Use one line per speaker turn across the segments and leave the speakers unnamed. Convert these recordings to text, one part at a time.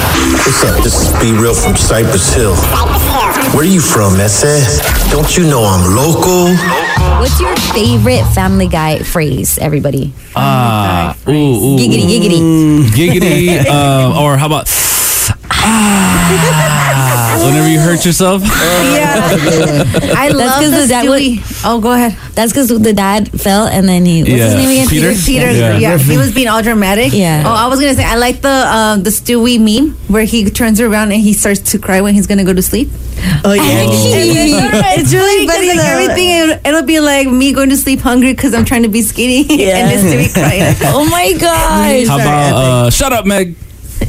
What's up? This is Be Real from Cypress Hill. Where you from, Messe? Don't you know I'm local?
What's your favorite Family Guy phrase, everybody?
Ah, ooh, ooh,
Giggity,
ooh.
giggity.
Mm, giggity. um, or how about ah, whenever you hurt yourself?
Yeah. I
That's
love
'cause
the
the dad
Stewie. Oh, go ahead.
That's because the dad fell and then he. What's
Yeah.
his name again?
Peter?
Peter,
Yeah.
yeah. he was being all dramatic.
Yeah.
Oh, I was gonna say I like the uh, the Stewie meme where he turns around and he starts to cry when he's gonna go to sleep.
Oh yeah.
it's really funny. Like,
though.
everything it'll, it'll be like me going to sleep hungry because I'm trying to be skinny and then Stewie crying.
Oh my gosh.
How about uh, shut up, Meg?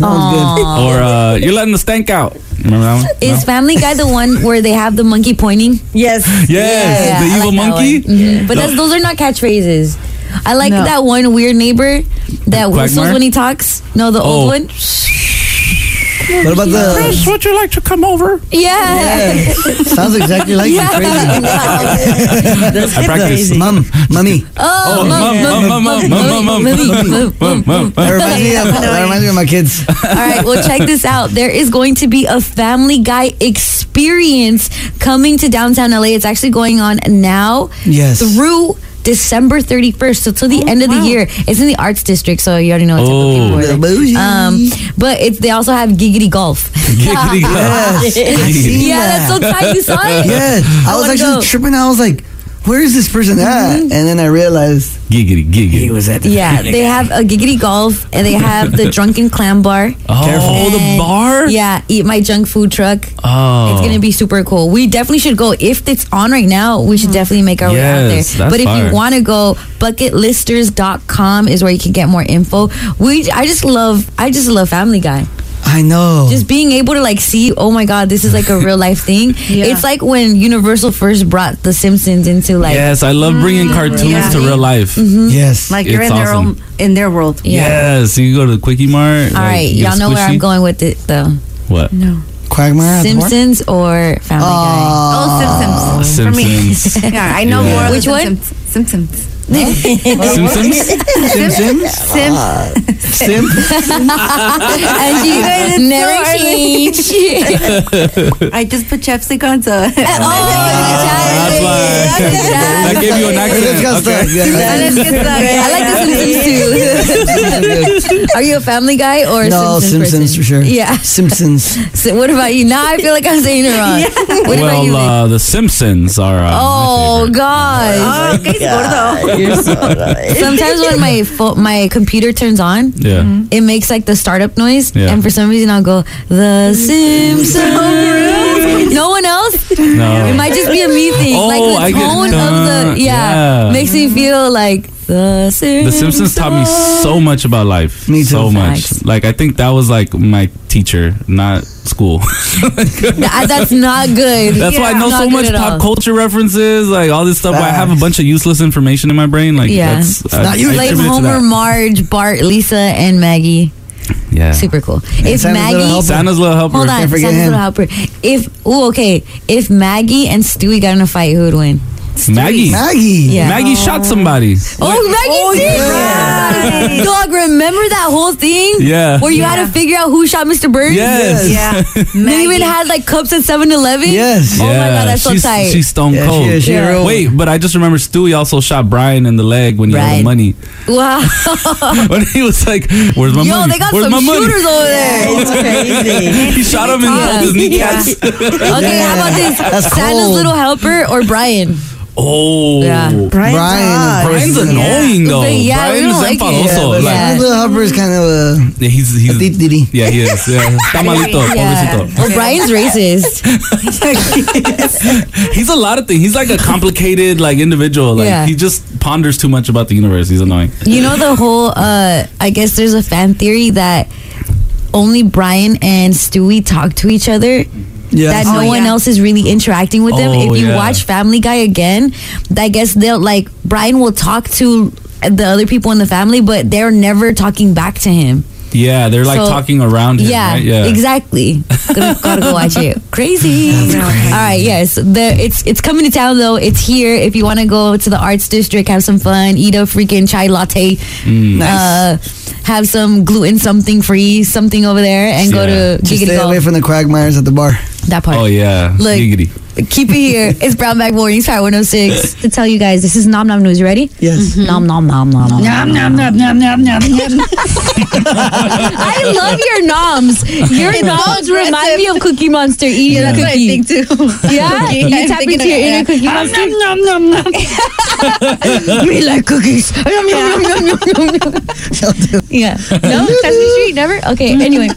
Or uh, you're letting the stank out. Remember that one? No?
Is Family Guy the one where they have the monkey pointing?
Yes.
Yes,
Yeah,
the
I
evil
like that
monkey.
one. Mhm. But that's, those are not catchphrases. I like
No.
that one weird neighbor that whistles
Quagmire?
when he talks. No, the
Oh.
old one.
What about the?
Chris, would you like to come over?
Yeah.
Sounds exactly like you. Crazy.
I practice.
Mom, mummy.
Oh, mum, mum, mum, mum, mum, mum, mum, mum, mum, mum.
That reminds me of, that reminds me of my kids.
All right, well, check this out. There is going to be a Family Guy experience coming to downtown LA. It's actually going on now
Yes. Oh,
through December 31st, so till the end of the year. It's in the Arts District, so you already know what type
Oh.
of people are
The
there.
bougie.
Um, but it's, they also have Giggity Golf.
Giggity
Yes. I see
yeah,
that.
that's so tight. You saw it?
Yeah, I,
I
was
wanna
actually
go. Mm-hmm.
tripping. I was like, "Where is this person at?" And then I realized
Giggity,
he
giggity.
was at the
Yeah, they have a Giggity Golf, and they have the Drunken Clam Bar.
Oh, the
And-
bar?
Yeah, Eat My Junk Food Truck.
Oh.
It's gonna be super cool. We definitely should go. If it's on right now, we should definitely make our way out
Mm-hmm. Yes,
there.
that's
But if
fire.
you wanna go, bucketlisters.com is where you can get more info. We I just love I just love Family Guy.
I
Oh.
know.
Just being able to like see, oh my god, this is like a real life thing.
Yeah.
It's like when Universal first brought the Simpsons into like Mm-hmm.
Yes, I love bringing cartoons
yeah.
to real life.
yes.
Like you're
It's
in their
awesome.
own in their world.
Yes, you go to the Quickie Mart.
All right, y'all know where I'm going with it though.
What?
No.
Quagmire. at the bar?
Simpsons or Family Guy?
Oh,
Oh,
Simpsons. For me.
Simpsons.
yeah, I know
Yeah.
more. of the
Which one?
Simpsons. Simpsons.
Simpsons?
Simpsons. Simpsons.
Simp?
And you guys never change. Uh,
I just put chapstick on, so
That's why. That gave you an
It's got
accent.
stuck.
Okay.
Yeah.
Let's get
I
started.
like the Simpsons too. Are you a Family Guy or a
No,
Simpsons,
Simpsons
person?
for sure.
Yeah.
Simpsons.
So what about you? Now I feel like I'm saying it wrong. What about you?
Well,
Nick?
uh, the Simpsons are. Uh, my
oh
favorite.
God!
Oh, okay, gordo.
Sometimes when my fo- my computer turns on,
Yeah.
it makes like the startup noise,
Yeah.
and for some reason I'll go the Simpsons. no one else.
No.
It might just be a me thing.
Oh, I
like the
get-
tone of
Dun,
the yeah,
yeah.
makes me feel like the Simpsons.
The Simpsons taught me so much about life.
Me too.
So much.
Facts.
Like I think that was like my teacher, not school.
Th- that's not good.
That's why I
Yeah.
know
Not
so
good
much
at
pop
all.
culture references, like all this stuff. where I have a
Facts.
bunch of useless information in my brain. Like
Yeah.
that's
It's
I-
not yours.
I
like
attribute it to
Homer,
that.
Marge, Bart, Lisa, and Maggie.
Yeah.
Super cool. If
Santa's Little
Maggie,
Helper.
Santa's little helper.
hold on,
Can't forget
Santa's
him.
little helper. If ooh, okay, if Maggie and Stewie got in a fight, who would win?
Maggie.
Maggie.
Yeah.
Maggie shot somebody.
Oh, Maggie did. Right. Dog, remember that whole thing?
Yeah.
Where you had
Yeah.
to figure out who shot Mr. Burns?
Yes.
Yeah.
They even
Maggie.
had like cups at 7-Eleven.
Yes.
Oh my god, that's so
she's,
tight.
She's stone
Yeah, she
cold.
is. She
Yeah.
rolled.
Wait, but I just remember Stewie also shot Brian in the leg when he had
Right.
the money.
wow.
When he was like, "Where's my
Yo,
money?
they got
Where's
some
my money?"
shooters over there.
It's crazy.
He shot him in the, his kneecaps.
Okay, how about this?
That's
Santa's
cold.
little helper or Brian?
Oh,
Yeah.
Brian's
Brian
odd.
Brian's annoying though.
But yeah, we
Brian is
don't like
Yeah,
it.
empalagoso.
but
Like,
Yeah.
Little Helper is kind of a
yeah, he's
a deep
he's
ditty.
yeah, he is. Yeah, tamalito, pobrecito.
Well, Oh, Brian's racist.
He's a lot of things. He's like a complicated like individual. Like
Yeah.
he just ponders too much about the universe. He's annoying.
You know the whole. uh I guess there's a fan theory that only Brian and Stewie talk to each other. That
Yeah.
no
Oh,
one
yeah.
else is really interacting with them.
Oh,
If you
yeah.
watch Family Guy again, I guess they'll like Brian will talk to the other people in the family, but they're never talking back to him.
Yeah, they're like
So-
talking around him.
Yeah,
right? yeah.
exactly. Gotta, gotta go watch it. Crazy. All right, yes. The, it's it's coming to town though. It's here. If you want to go to the arts district, have some fun, eat a freaking chai latte.
Nice.
Uh, have some gluten something free something over there and go
Yeah.
to
Just
Giggity
stay
Go.
away from the quagmires at the bar.
that part.
Oh yeah,
Look.
giggity.
Keep it here. It's Brown Bag Mornings, oh Power 106.
to tell you guys this is Nom Nom News. You ready?
Yes.
nom, nom, nom, nom, nom.
Nom nom nom nom nom nom nom.
I love your noms. Your noms remind me of Cookie Monster eating a
That's what I
cookie.
think too.
Yeah,
Cookie.
you
I'm
tap
thinking
into your
of-
inner
yeah.
cookie monster. Nom, nom, nom, nom. we like cookies. Yum, yum, yum, yum, yum, yum, yum. yeah. No, Sesame Street, never? Okay, anyway.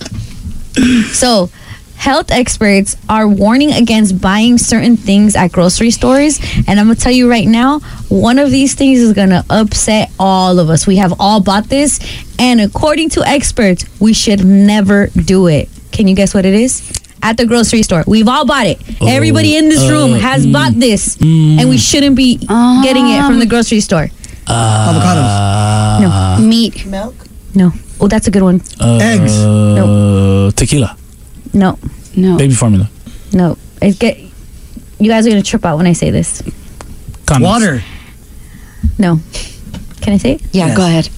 So, health experts are warning against buying certain things at grocery stores. And I'm going to tell you right now, one of these things is going to upset all of us. We have all bought this. And according to experts, we should never do it. Can you guess what it is? At the grocery store. We've all bought it. Everybody in this room has bought this. And we shouldn't be getting it from the grocery store.
Avocados.
Ah.
Meat.
Milk.
No. Oh, that's a good one.
Eggs.
Uh, tequila.
No.
No.
Baby formula.
No, I get. You guys are gonna trip out when I say this.
Condoms.
Water.
No, can I say it?
Yeah,
Yes.
go ahead.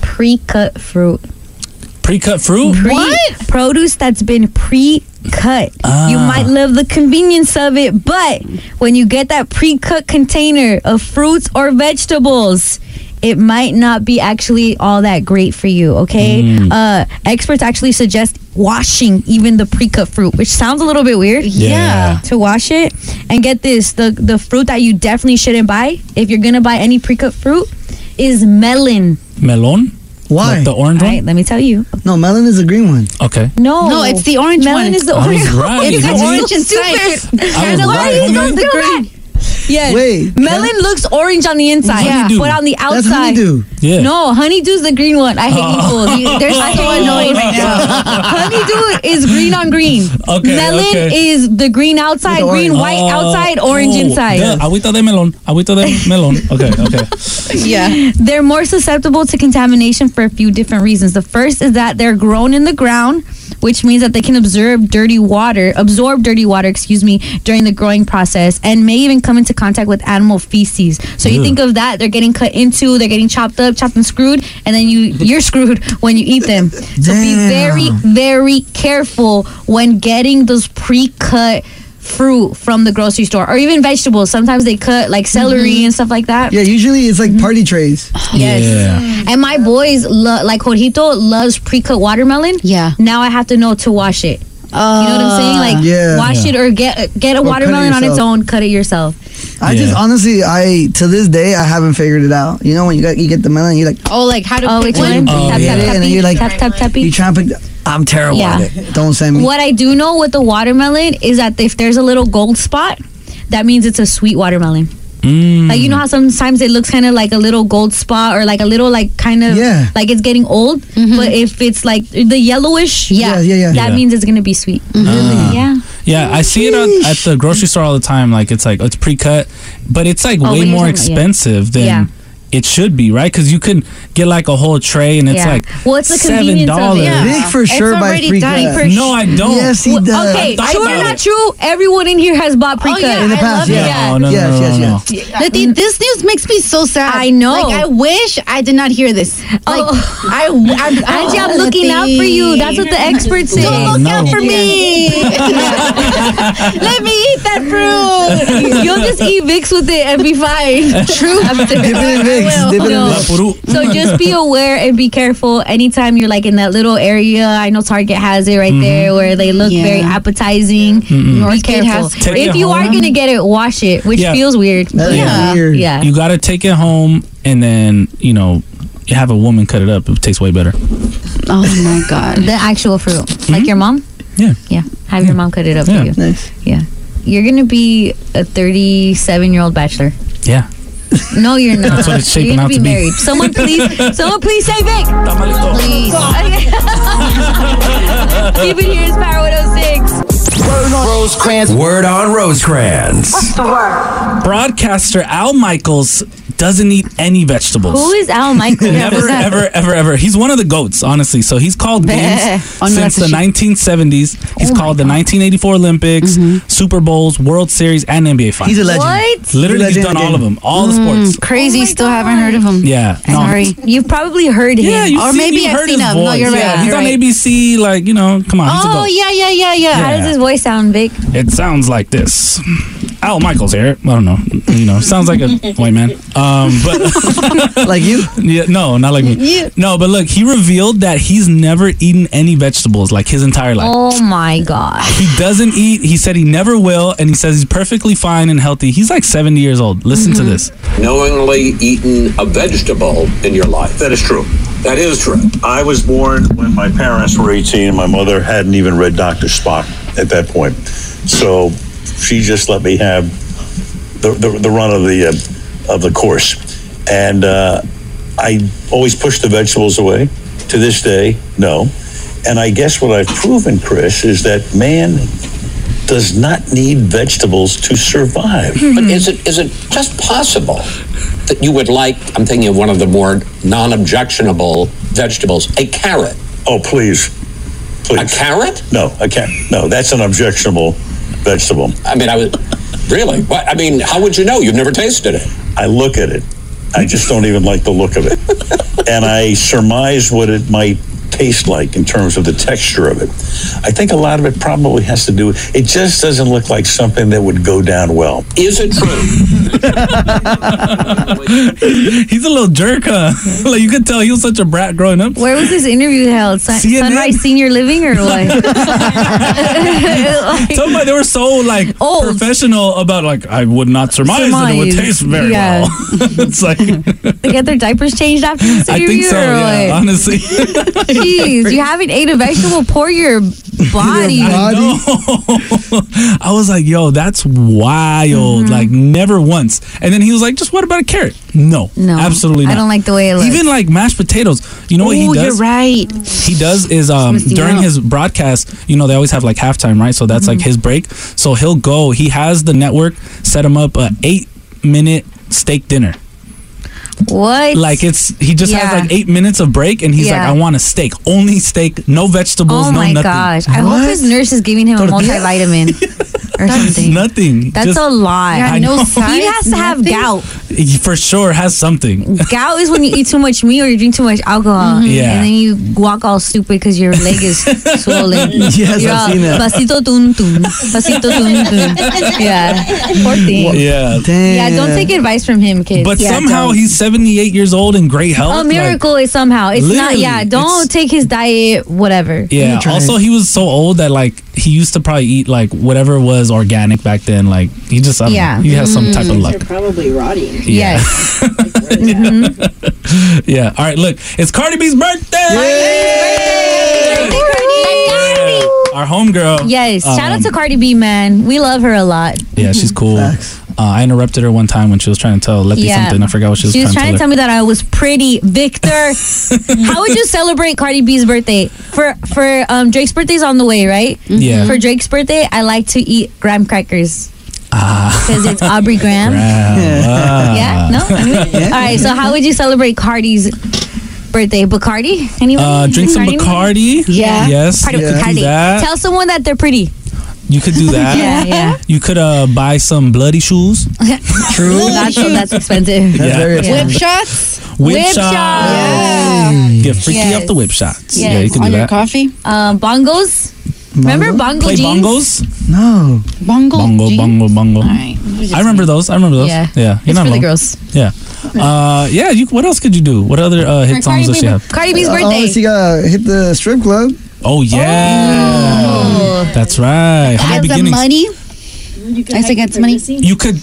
pre-cut fruit?
Pre-cut fruit.
Pre- Produce that's been pre-cut. You might love the convenience of it, but when you get that pre-cut container of fruits or vegetables. It might not be actually all that great for you, okay? Uh, experts actually suggest washing even the pre cut fruit, which sounds a little bit weird.
Yeah.
to wash it and get this the the fruit that you definitely shouldn't buy if you're gonna buy any pre-cut fruit is melon
Melon.
Why?
Like the
Uh-huh.
orange
all right
one.
let me tell you
No, melon is a green one.
Okay.
no
No, it's the orange
melon
one.
is the
I
orange
was right.
it's
I
the
was
orange and stupid
I was
why
right,
are you
homie.
going to that yeah
Wait,
melon looks orange on the inside
Yeah.
Honeydew.
but on the outside
That's honeydew.
Yeah.
No,
Oh.
honeydew's the green one. I hate you fools. oh, You- They're so annoying right now. Honeydew is green on green.
Okay,
Melon
okay.
is the green outside,
With the
green
orange.
white
Oh,
outside, orange
oh,
inside.
duh. Agüita de melon. Agüita de melon. Okay. Okay.
Yeah.
They're more susceptible to contamination for a few different reasons. The first is that they're grown in the ground, which means that they can absorb dirty water, absorb dirty water, excuse me, during the growing process and may even come into contact with animal feces. So you
Ew.
think of that, they're getting cut into, they're getting chopped up, chopped and screwed, and then you you're screwed when you eat them. So be very very careful when getting those pre-cut fruit from the grocery store or even vegetables. Sometimes they cut like celery and stuff like that.
Yeah, usually it's like party trays.
Yes.
Yeah.
And my boys, lo- like Jorgito, loves pre-cut watermelon.
Yeah.
Now I have to know to wash it. You know what I'm saying? Like
Uh, Yeah.
wash it or get get a
cut it
watermelon on its
yourself.
own, cut it yourself.
I just
Yeah.
honestly, I to this day, I haven't figured it out. You know, when you got you get the melon, you like
Oh, like how to
Oh,
pick
which
one?
one?
Oh,
tap,
yeah.
tap,
And then
tappy,
you're like-
tap, tap, tappy.
you try and pick. I'm terrible at
Yeah.
it. Don't send me.
What I do know with the watermelon is that if there's a little gold spot, that means it's a sweet watermelon.
Mm.
Like you know how sometimes it looks kind of like a little gold spot or like a little like kind of
Yeah.
like it's getting old.
Mm-hmm.
But if it's like the yellowish,
Yeah, yeah, yeah.
that
Yeah.
means it's gonna be sweet.
Mm-hmm.
Yeah.
Yeah, I see it at, at the grocery store all the time. Like it's like it's pre-cut, but it's like
Oh,
way
what you're
more
talking about, yeah.
expensive than
Yeah.
it should be, right? Because you can get like a whole tray, and it's
Yeah.
like
Well, it's the
seven
convenience of
dollars.
it. Yeah.
Big for
It's
sure by
already
free
done.
cut.
For
No, I don't.
Yes, he
Well,
does.
okay,
thought
true or
about
not
it.
true? Everyone in here has bought pre-cut.
Oh, yeah, In the I past, love it.
No,
yeah.
Oh, no, no,
Yes,
no,
yes,
no, no.
yes.
Lati, this news makes me so sad.
I know.
Like, I wish I did not hear this. Like,
Oh.
I, I'm,
Angie, I'm looking out for you. That's what the experts say.
Don't look
No.
out for me.
Let me eat that fruit. You'll just eat Vicks with it and be fine. True.
Dip it in Vicks. Dip it in
No.
Vicks.
Puru.
So just be aware and be careful anytime you're like in that little area. I know Target has it
Mm-hmm.
right there where they look
Yeah.
very appetizing. Be
North Kid
careful.
has-
Take
If
it
you are
home.
gonna get it, wash it, which
Yeah.
feels weird.
That's
Yeah.
weird.
Yeah.
You gotta take it home, and then you know, you have a woman cut it up. It tastes way better.
Oh my god.
The actual fruit. Like your mom?
Yeah.
Yeah. Have your mom cut it up
Mm-hmm. Yeah.
for you.
Nice.
Yeah. You're gonna be a 37 year old bachelor.
Yeah.
No, you're not.
That's what it's
you're
shaping
gonna
out
be
to be.
married. Someone please, someone please say Vic. oh Please. Keep it here. It's Power 106.
Roll Rosecrans. Word on Rosecrans.
Broadcaster Al Michaels doesn't eat any vegetables.
Who is Al Michaels?
Never, ever, ever, ever. He's one of the goats, honestly. So he's called games
Oh, no,
since
that's a
the
she-
1970s. He's called the 1984 Olympics, Super Bowls, World Series, and NBA Finals.
He's a legend.
Mm-hmm. What?
Literally,
Legend
he's done
of the
all of them, all the sports.
Crazy.
Oh my
still haven't heard of him.
Yeah, no.
Sorry.
You've probably heard him.
Yeah, you
Or
seen,
maybe
you
I've
heard
seen
his
him. No,
voice.
you're
yeah,
right,
He's
you're
on
right.
ABC. Like you know, come on. he's a
oh,
goat.
yeah, yeah, yeah, yeah. How
Yeah.
does his voice sound, Vic?
It sounds like this. Al Michaels here. I don't know. You know, sounds like a white man. Um, but
Like you?
yeah, no, not like me. No, but look, he revealed that he's never eaten any vegetables like his entire life.
Oh my god.
He doesn't eat. He said he never will, and he says he's perfectly fine and healthy. He's like 70 years old. Listen
Mm-hmm.
to this.
knowingly eaten a vegetable in your life. That is true. That is true.
I was born when my parents were 18 and my mother hadn't even read Dr. Spock at that point. So she just let me have the, the, the run of the uh, of the course. And uh, I always pushed the vegetables away. To this day, no. And I guess what I've proven, Chris, is that man does not need vegetables to survive.
But is it is it just possible that you would like? I'm thinking of one of the more non-objectionable vegetables, a carrot.
Oh, please.
A
Please.
carrot?
No, I can't. No, that's an objectionable vegetable.
I mean, I was really. What? I mean, how would you know? You've never tasted it.
I look at it. I just don't even like the look of it. and I surmise what it might taste like in terms of the texture of it. I think a lot of it probably has to do it just doesn't look like something that would go down well.
Is it true?
He's a little jerk, huh? like you could tell he was such a brat growing up.
Where was this interview held? Sun-
CNN?
Sunrise Senior Living or what? Like-
Somebody they were so like
Old.
professional about like I would not surmise, that it would
Surmise.
taste very
Yeah.
well. it's like
They get their diapers changed after this
I
interview
think so.
or
Yeah,
what?
honestly,
Jeez, you haven't ate a vegetable, pour your body.
I know. I was like, yo, that's wild.
Mm-hmm.
Like never once. And then he was like, just what about a carrot? No,
No,
absolutely not.
I don't like the way it looks.
Even like mashed potatoes. You know what he
Oh,
does?
you're right.
he does is um
Missing
during
out.
his broadcast you know they always have like halftime right so that's
Mm-hmm.
like his break so he'll go he has the network set him up a eight minute steak dinner
what?
like it's he just has
Yeah.
like eight minutes of break and he's like
Yeah.
i want a steak only steak no vegetables
oh
no
my
nothing
gosh. I hope his nurse is giving him a multivitamin or something.
nothing
That's
Just-
a lot.
Yeah, no
know.
He
sides,
has to have
nothing.
gout.
he for sure has something
Gout is when you eat too much meat or you drink too much alcohol.
Mm-hmm. Yeah.
And then you walk all stupid because your leg is swollen.
Yes,
You're
I've
all,
seen that.
Pasito tun tun. Pasito tun tun. Yeah. Poor thing.
yeah
Damn.
Yeah, don't take advice from him, kids.
Eh. but
Yeah,
somehow
don't.
he's 78 years old in great health
a
like-
miracle is somehow. It's not.
Literally,
Yeah, don't
it's-
take his diet. Whatever.
Yeah.
try
Also, he was so old that like he used to probably eat like whatever was organic back then. Like he just I don't
Yeah. Mm.
know, he has some type of luck.
probably rotting.
Yeah.
Yes. Mm-hmm.
Yeah. All right. Look, it's Cardi B's birthday. Yeah. Our homegirl.
Yes. Shout out
Um,
to Mm-hmm. Cardi B, man. We love her a lot.
Yeah, she's cool. Uh, I interrupted her one time when she was trying to tell Letty
Yeah.
something. I forgot what she was,
She was
trying to tell
me that I was pretty, Victor. How would you celebrate Cardi B's birthday? For for um, Drake's birthday's on the way, right?
Yeah.
For Drake's birthday, I like to eat graham crackers.
Ah.
Because it's Aubrey Graham.
her. Wow.
Yeah. No. All right. So how would you celebrate Cardi's birthday? Bacardi. Anyone?
Uh, drink some
anyone?
Bacardi.
Yeah.
Yes.
Cardi,
You could do
Cardi.
that.
Tell someone that they're pretty.
You could do that.
Yeah, yeah.
You could uh, buy some bloody shoes.
True. That's, that's expensive.
That's very
Whip shots
Whip,
Whip
shots. Get freaky
Yes.
up the whip shots.
Yes.
Yeah, you can
on
do
your
that.
coffee.
Um, bongos. Remember bongo
Play
jeans?
bongos.
No.
Bongo.
Bongo,
jeans.
bongo, bongo.
All right.
I remember those. I remember those.
Yeah.
Yeah, yeah.
It's for the
wrong.
girls.
Yeah, uh, yeah. You, what else could you do? What other uh, hit songs does she have?
Cardi B's
Oh,
birthday.
she got hit the strip club.
Oh yeah,
Oh.
that's right. Humble
Has the
beginnings.
money. I think it's money.
You could,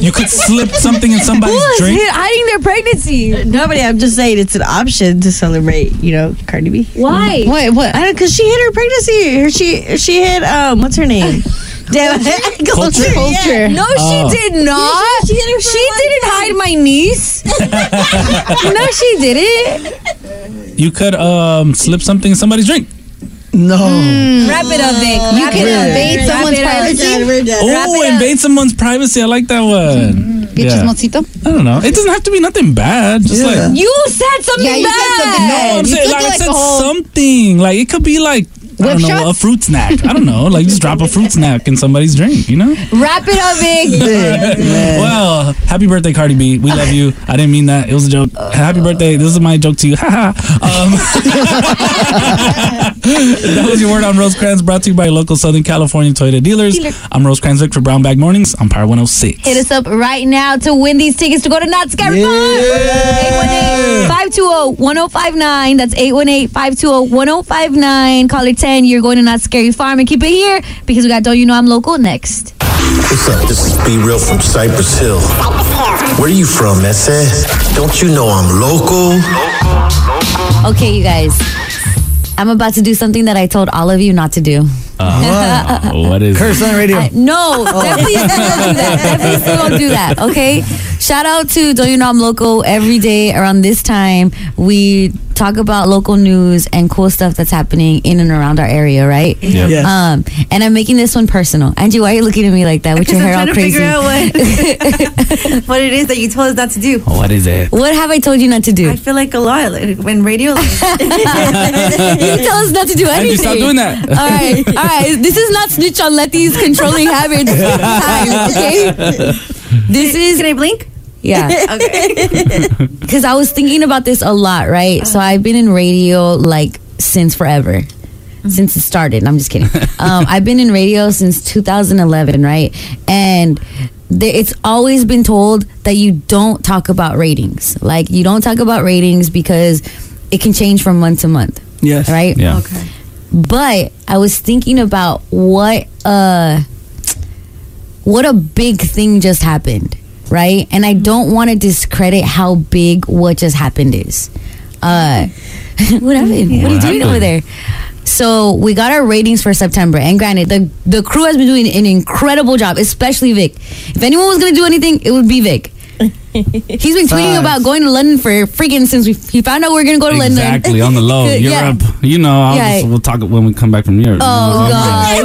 you could slip something in somebody's
Who is
drink.
here hiding their pregnancy?
Nobody. I'm just saying it's an option to celebrate. You know, Cardi B.
Why?
What? What?
I don't because she hit her pregnancy. Her- She she hit um what's her name? Damn it,
Culture?
yeah.
No,
Oh.
she did not. She, didn't hide my niece. no, she didn't.
You could um, slip something in somebody's drink.
No.
Wrap it up, Vic.
Mm. You
Wrap
can
it up.
invade
Wrap
someone's
it up.
privacy. We're done. Wrap
Oh,
it up.
invade someone's privacy. I like that one.
Get
Yeah.
chismosito.
I don't know. It doesn't have to be nothing bad. Just like
You said something
Yeah, you said
bad.
something bad.
No, I'm
You
saying
took
like,
it
I
like
said
a whole-
something. Like it could be like I
Whip
don't know, a
shots?
fruit snack. I don't know. Like just drop a fruit snack in somebody's drink. You know.
Wrap it up, Vic.
well, happy birthday, Cardi B. We love you. I didn't mean that. It was a joke. Happy birthday. This is my joke to you. Ha ha. um, that was your word on Rosecrans, brought to you by local Southern California Toyota dealers. I'm Rosecrans Vic for Brown Bag Mornings on Power 106.
Hit us up right now to win these tickets to go to Not Scary Fun. 818-520-1059. That's oh, 818-520-1059. Caller 10, you're going to Not Scary Farm. And keep it here because we got Don't You Know I'm Local next.
What's up? This is Be Real from Cypress Hill. Where you from, Messe? Don't you know I'm local?
Okay, you guys. I'm about to do something that I told all of you not to do.
Uh-huh.
Uh, what is
Curse on the radio.
I- no, definitely still don't do that. Definitely still don't do that. Okay. Shout out to Don't You Know I'm Local every day around this time. We talk about local news and cool stuff that's happening in and around our area, right?
Yeah. Yes.
Um, and I'm making this one personal. Angie, why are you looking at me like that with your
Because
hair all
I'm trying
crazy?
to figure out what, what it is that you told us not to do.
Oh, What is it?
What have I told you not to do?
I feel like a lot like, when radio.
you tell us not to do anything.
Angie, stop doing that.
All right, all right. This is not snitch on Letty's controlling habits. okay, this is
Can I blink?
yeah.
Okay.
because I was thinking about this a lot, right? So I've been in radio like since forever, since it started. No, I'm just kidding. um, I've been in radio since 2011, right? And th- it's always been told that you don't talk about ratings. Like you don't talk about ratings because it can change from month to month,
Yes.
right?
Yeah.
but I was thinking about what uh what a big thing just happened, right? And I don't want to discredit how big what just happened is. Uh what happened? What, are you
What
doing over
happened?
there? So we got our ratings for September, and granted, the the crew has been doing an incredible job, especially Vic. If anyone was gonna do anything, it would be Vic. He's been tweeting
Facts.
about going to London for freaking since we, he found out we are gonna go to London.
Exactly on the low.
Yeah.
Europe, you know. I'll
Yeah.
just, we'll talk when we come back from Europe.
Oh God!
You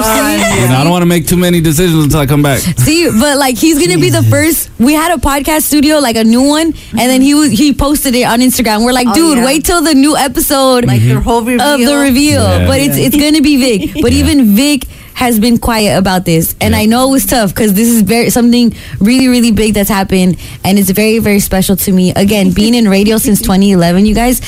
know, I don't want to make too many decisions until I come back.
See, but like he's gonna be the first. We had a podcast studio, like a new one, and then he was- he posted it on Instagram. We're like,
Oh,
dude,
yeah.
wait till the new episode
Like your whole reveal.
of the reveal.
Yeah.
But it's it's gonna be Vic. But even Vic has been quiet about this, and I know it was tough because this is very something really really big that's happened, and it's very very special to me. Again, being in radio since 2011, you guys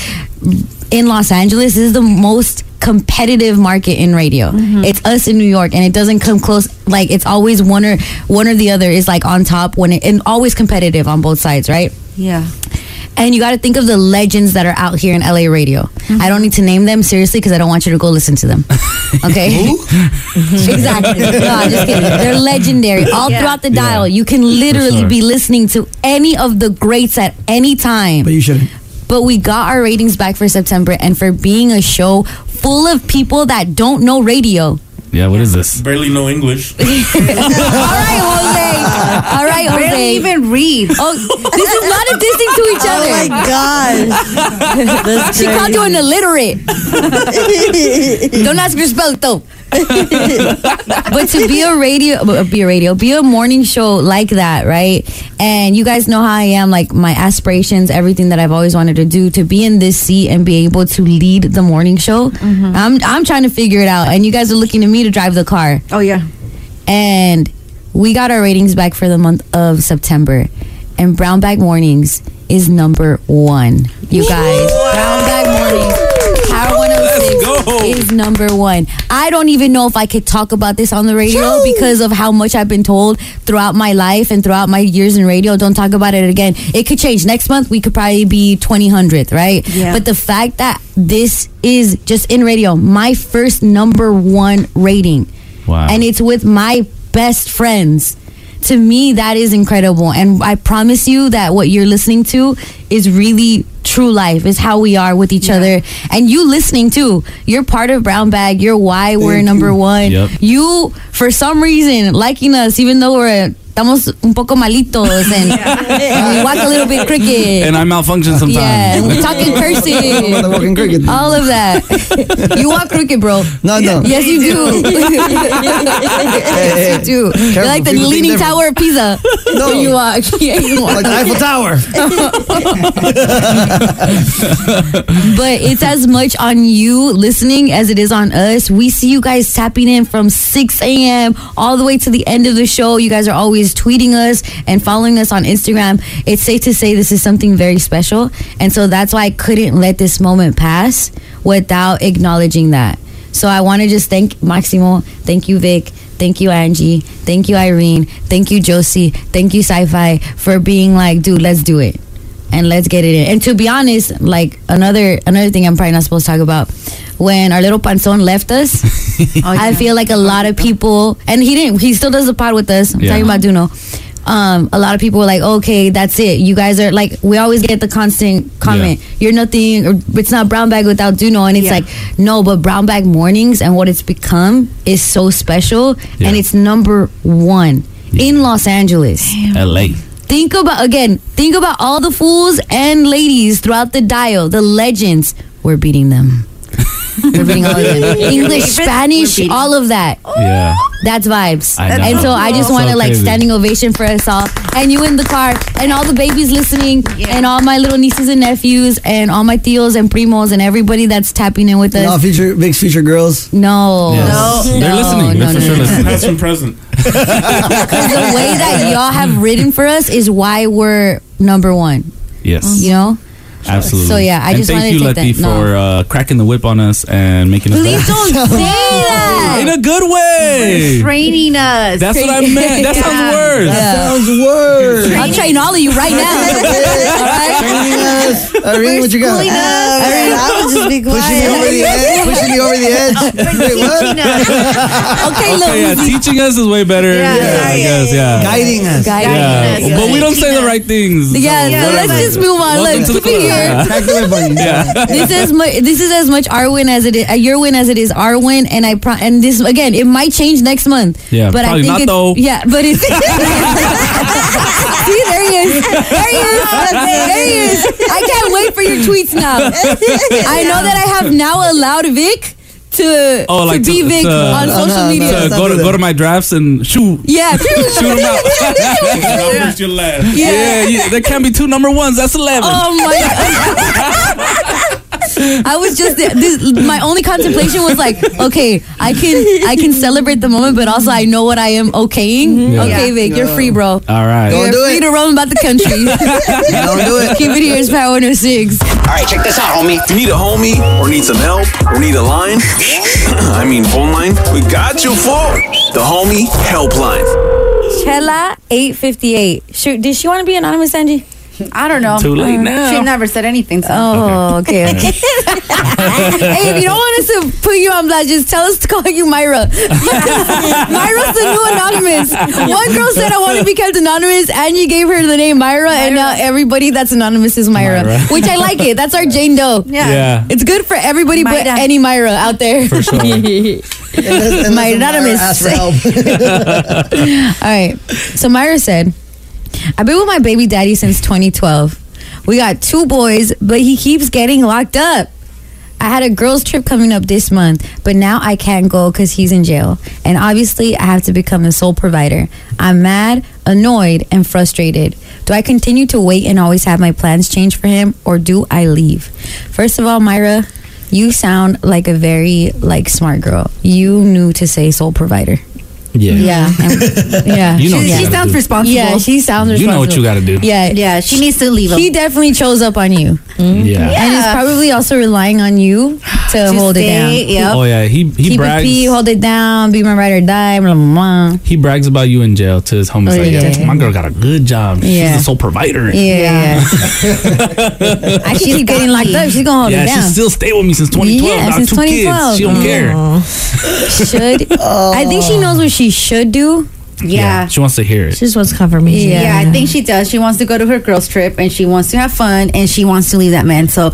in Los Angeles this is the most competitive market in radio.
Mm-hmm.
It's us in New York, and it doesn't come close. Like it's always one or one or the other is like on top when it, and always competitive on both sides, right?
Yeah.
And you got to think of the legends that are out here in LA radio. I don't need to name them seriously because I don't want you to go listen to them. Okay. exactly. No, I'm just kidding. They're legendary. All
Yeah.
throughout the dial, you can literally
sure.
be listening to any of the greats at any time
But you shouldn't.
but we got our ratings back for September and for being a show full of people that don't know radio.
Yeah. What is this?
Barely know English.
All right, Jose. All right, Jose.
Barely even read.
oh, this is not a dissing to each other.
Oh my gosh. That's
she called
crazy.
you an illiterate. don't ask your spell though. but to be a radio, uh, be a radio, be a morning show like that, right? And you guys know how I am, like my aspirations, everything that I've always wanted to do, to be in this seat and be able to lead the morning show.
Mm-hmm.
I'm I'm trying to figure it out, and you guys are looking to me to drive the car
Oh yeah.
and we got our ratings back for the month of September. And Brown Bag Mornings is number one. You guys, Brown Bag Mornings, Power 106 is number one. I don't even know if I could talk about this on the radio because of how much I've been told throughout my life and throughout my years in radio. Don't talk about it again. It could change. Next month, we could probably be 2000th, right?
Yeah.
But the fact that this is just in radio, my first number one rating
Wow.
and it's with my best friends. To me, that is incredible. And I promise you that what you're listening to is really true life, is how we are with each other. And you listening too. You're part of Brown Bag. You're why we're number one.
Yep.
You, for some reason, liking us, even though we're a estamos un poco malitos and Eh, we walk a little bit crooked.
And I malfunction sometimes.
Yeah, and we talk in cursive. All of that. you walk crooked, bro.
No, no.
Yes, you do.
Hey, hey.
yes, you do. You're
Careful,
like the
people think
leaning
different.
tower of Pisa.
No.
When you walk. Yeah, you walk.
Like the Eiffel Tower.
but it's as much on you listening as it is on us. We see you guys tapping in from 6 a.m. all the way to the end of the show. You guys are always tweeting us and following us on Instagram. It's safe to say this is something very special. And so that's why I couldn't let this moment pass without acknowledging that. So I want to just thank Maximo. Thank you, Vic. Thank you, Angie. Thank you, Irene. Thank you, Josie. Thank you, Sci Fi, for being like, dude, let's do it and let's get it in. And to be honest, like another another thing I'm probably not supposed to talk about. When our little panzon left us, Oh,
Oh,
I feel like a lot of people and he didn't he still does the pod with us. I'm
Yeah.
talking about Duno. Um, a lot of people were like, Okay, that's it. You guys are like we always get the constant comment, You're nothing or it's not brown bag without Duno and it's like, No, but brown bag mornings and what it's become is so special and it's number one in Los Angeles.
LA.
Think about again, think about all the fools and ladies throughout the dial, the legends. We're beating them. We're beating all of them. English, Spanish, all of that.
oh.
Yeah.
That's vibes.
I know.
And so I just
So
want to like
crazy.
standing ovation for us all. And you in the car and all the babies listening and all my little nieces and nephews and all my tios and primos and everybody that's tapping in with us.
And all future, Vic's future girls.
No. No.
They're listening. They're for sure listening.
Past and present.
the way that y'all have written for us is why we're number one.
Yes.
You know?
Absolutely.
So, yeah, I
and
just
thank
wanted
you,
to take
Letty,
that- no.
for uh, cracking the whip on us and making us.
Please
better.
don't say that.
In a good way.
Training us.
That's what I meant. That sounds worse.
sounds worse.
I'll train all of you right now.
Yes. Irene, what you got?
schooling us.
Ah,
Irene,
ah,
I would just be
Pushing me
quiet.
over the edge. Pushing me over the edge. Wait, what?
Okay,
Okay, yeah, teaching us is way better. Yeah, I guess, yeah.
Guiding us.
Yeah. But we don't say the right things.
Yeah,
so
yeah, let's
whatever.
just move on.
Welcome
Look,
to the
keep it
club.
here.
Back to my bunny.
Yeah.
this is mu- this is as much our win as it is uh, your win as it is our win, and I pro- and this again it might change next month.
Yeah,
but
probably
I think
not,
it's,
though.
Yeah, but it's see there he is, there he is, there he is. I can't wait for your tweets now. I know that I have now allowed Vic to
Oh, like
to be
to-
Vic
to-
on
No,
social media.
to go to go to my drafts and shoot.
Yeah.
shoot them out.
Numbers
you left.
Yeah.
Yeah, you- there can be two number ones. That's eleven.
Oh my I was just this, my only contemplation was like, okay, I can I can celebrate the moment, but also I know what I am okaying.
Mm-hmm.
Yeah.
Okay,
Yeah.
Vic, you're free, bro.
All right.
you're free to roam about the country.
Don't do it.
Keep it here. It's Power 106.
All right, check this out, homie. You need a homie or need some help or need a line? I mean, phone line? We got you for the homie helpline.
Chella 858. Shoot, did she want to be anonymous, Angie?
I don't know.
Too late
Uh,
now.
She never said anything. So.
Oh, okay. okay. hey, if you don't want us to put you on blast, just tell us to call you Myra. Myra's the new anonymous. One girl said I want to be kept anonymous, and you gave her the name Myra, and now everybody that's anonymous is Myra,
Myra.
which I like it. That's our Jane Doe.
Yeah. Yeah.
it's good for everybody but any Myra out there.
For sure.
unless
My
Myra
anonymous.
asks for help.
All right. So Myra said, I've been with my baby daddy since 2012. We got two boys, but he keeps getting locked up. I had a girls' trip coming up this month, but now I can't go because he's in jail. And obviously, I have to become the sole provider. I'm mad, annoyed, and frustrated. Do I continue to wait and always have my plans change for him, or do I leave? First of all, Myra, you sound like a very like smart girl. You knew to say sole provider.
Yeah.
Yeah. yeah.
You know She- what you she gotta sounds do.
responsible.
Yeah, she sounds responsible.
You know what you gotta do.
Yeah.
Yeah, she needs to leave him.
He definitely chose up on you.
Yeah.
And he's probably also relying on you to, hold
stay,
it down.
Oh yeah. He he
Keep it
brags.
pee, hold it down, be my ride or die, blah, blah, blah.
He brags about you in jail to his homies.
Oh,
like,
yeah.
yeah, my girl got a good job.
Yeah.
She's the sole provider.
Yeah. yeah. I keep getting locked up. She's gonna hold
yeah,
it
she
down.
still stay with me since 2012.
Yeah,
dog.
since Oh.
two
2012.
kids. She don't care.
should I think she knows what she should do.
Oh. Yeah.
She wants to hear it.
She just wants confirmation.
Yeah.
Yeah. I think she does. She wants to go to her girls' trip and she wants to have fun and she wants to leave that man. So,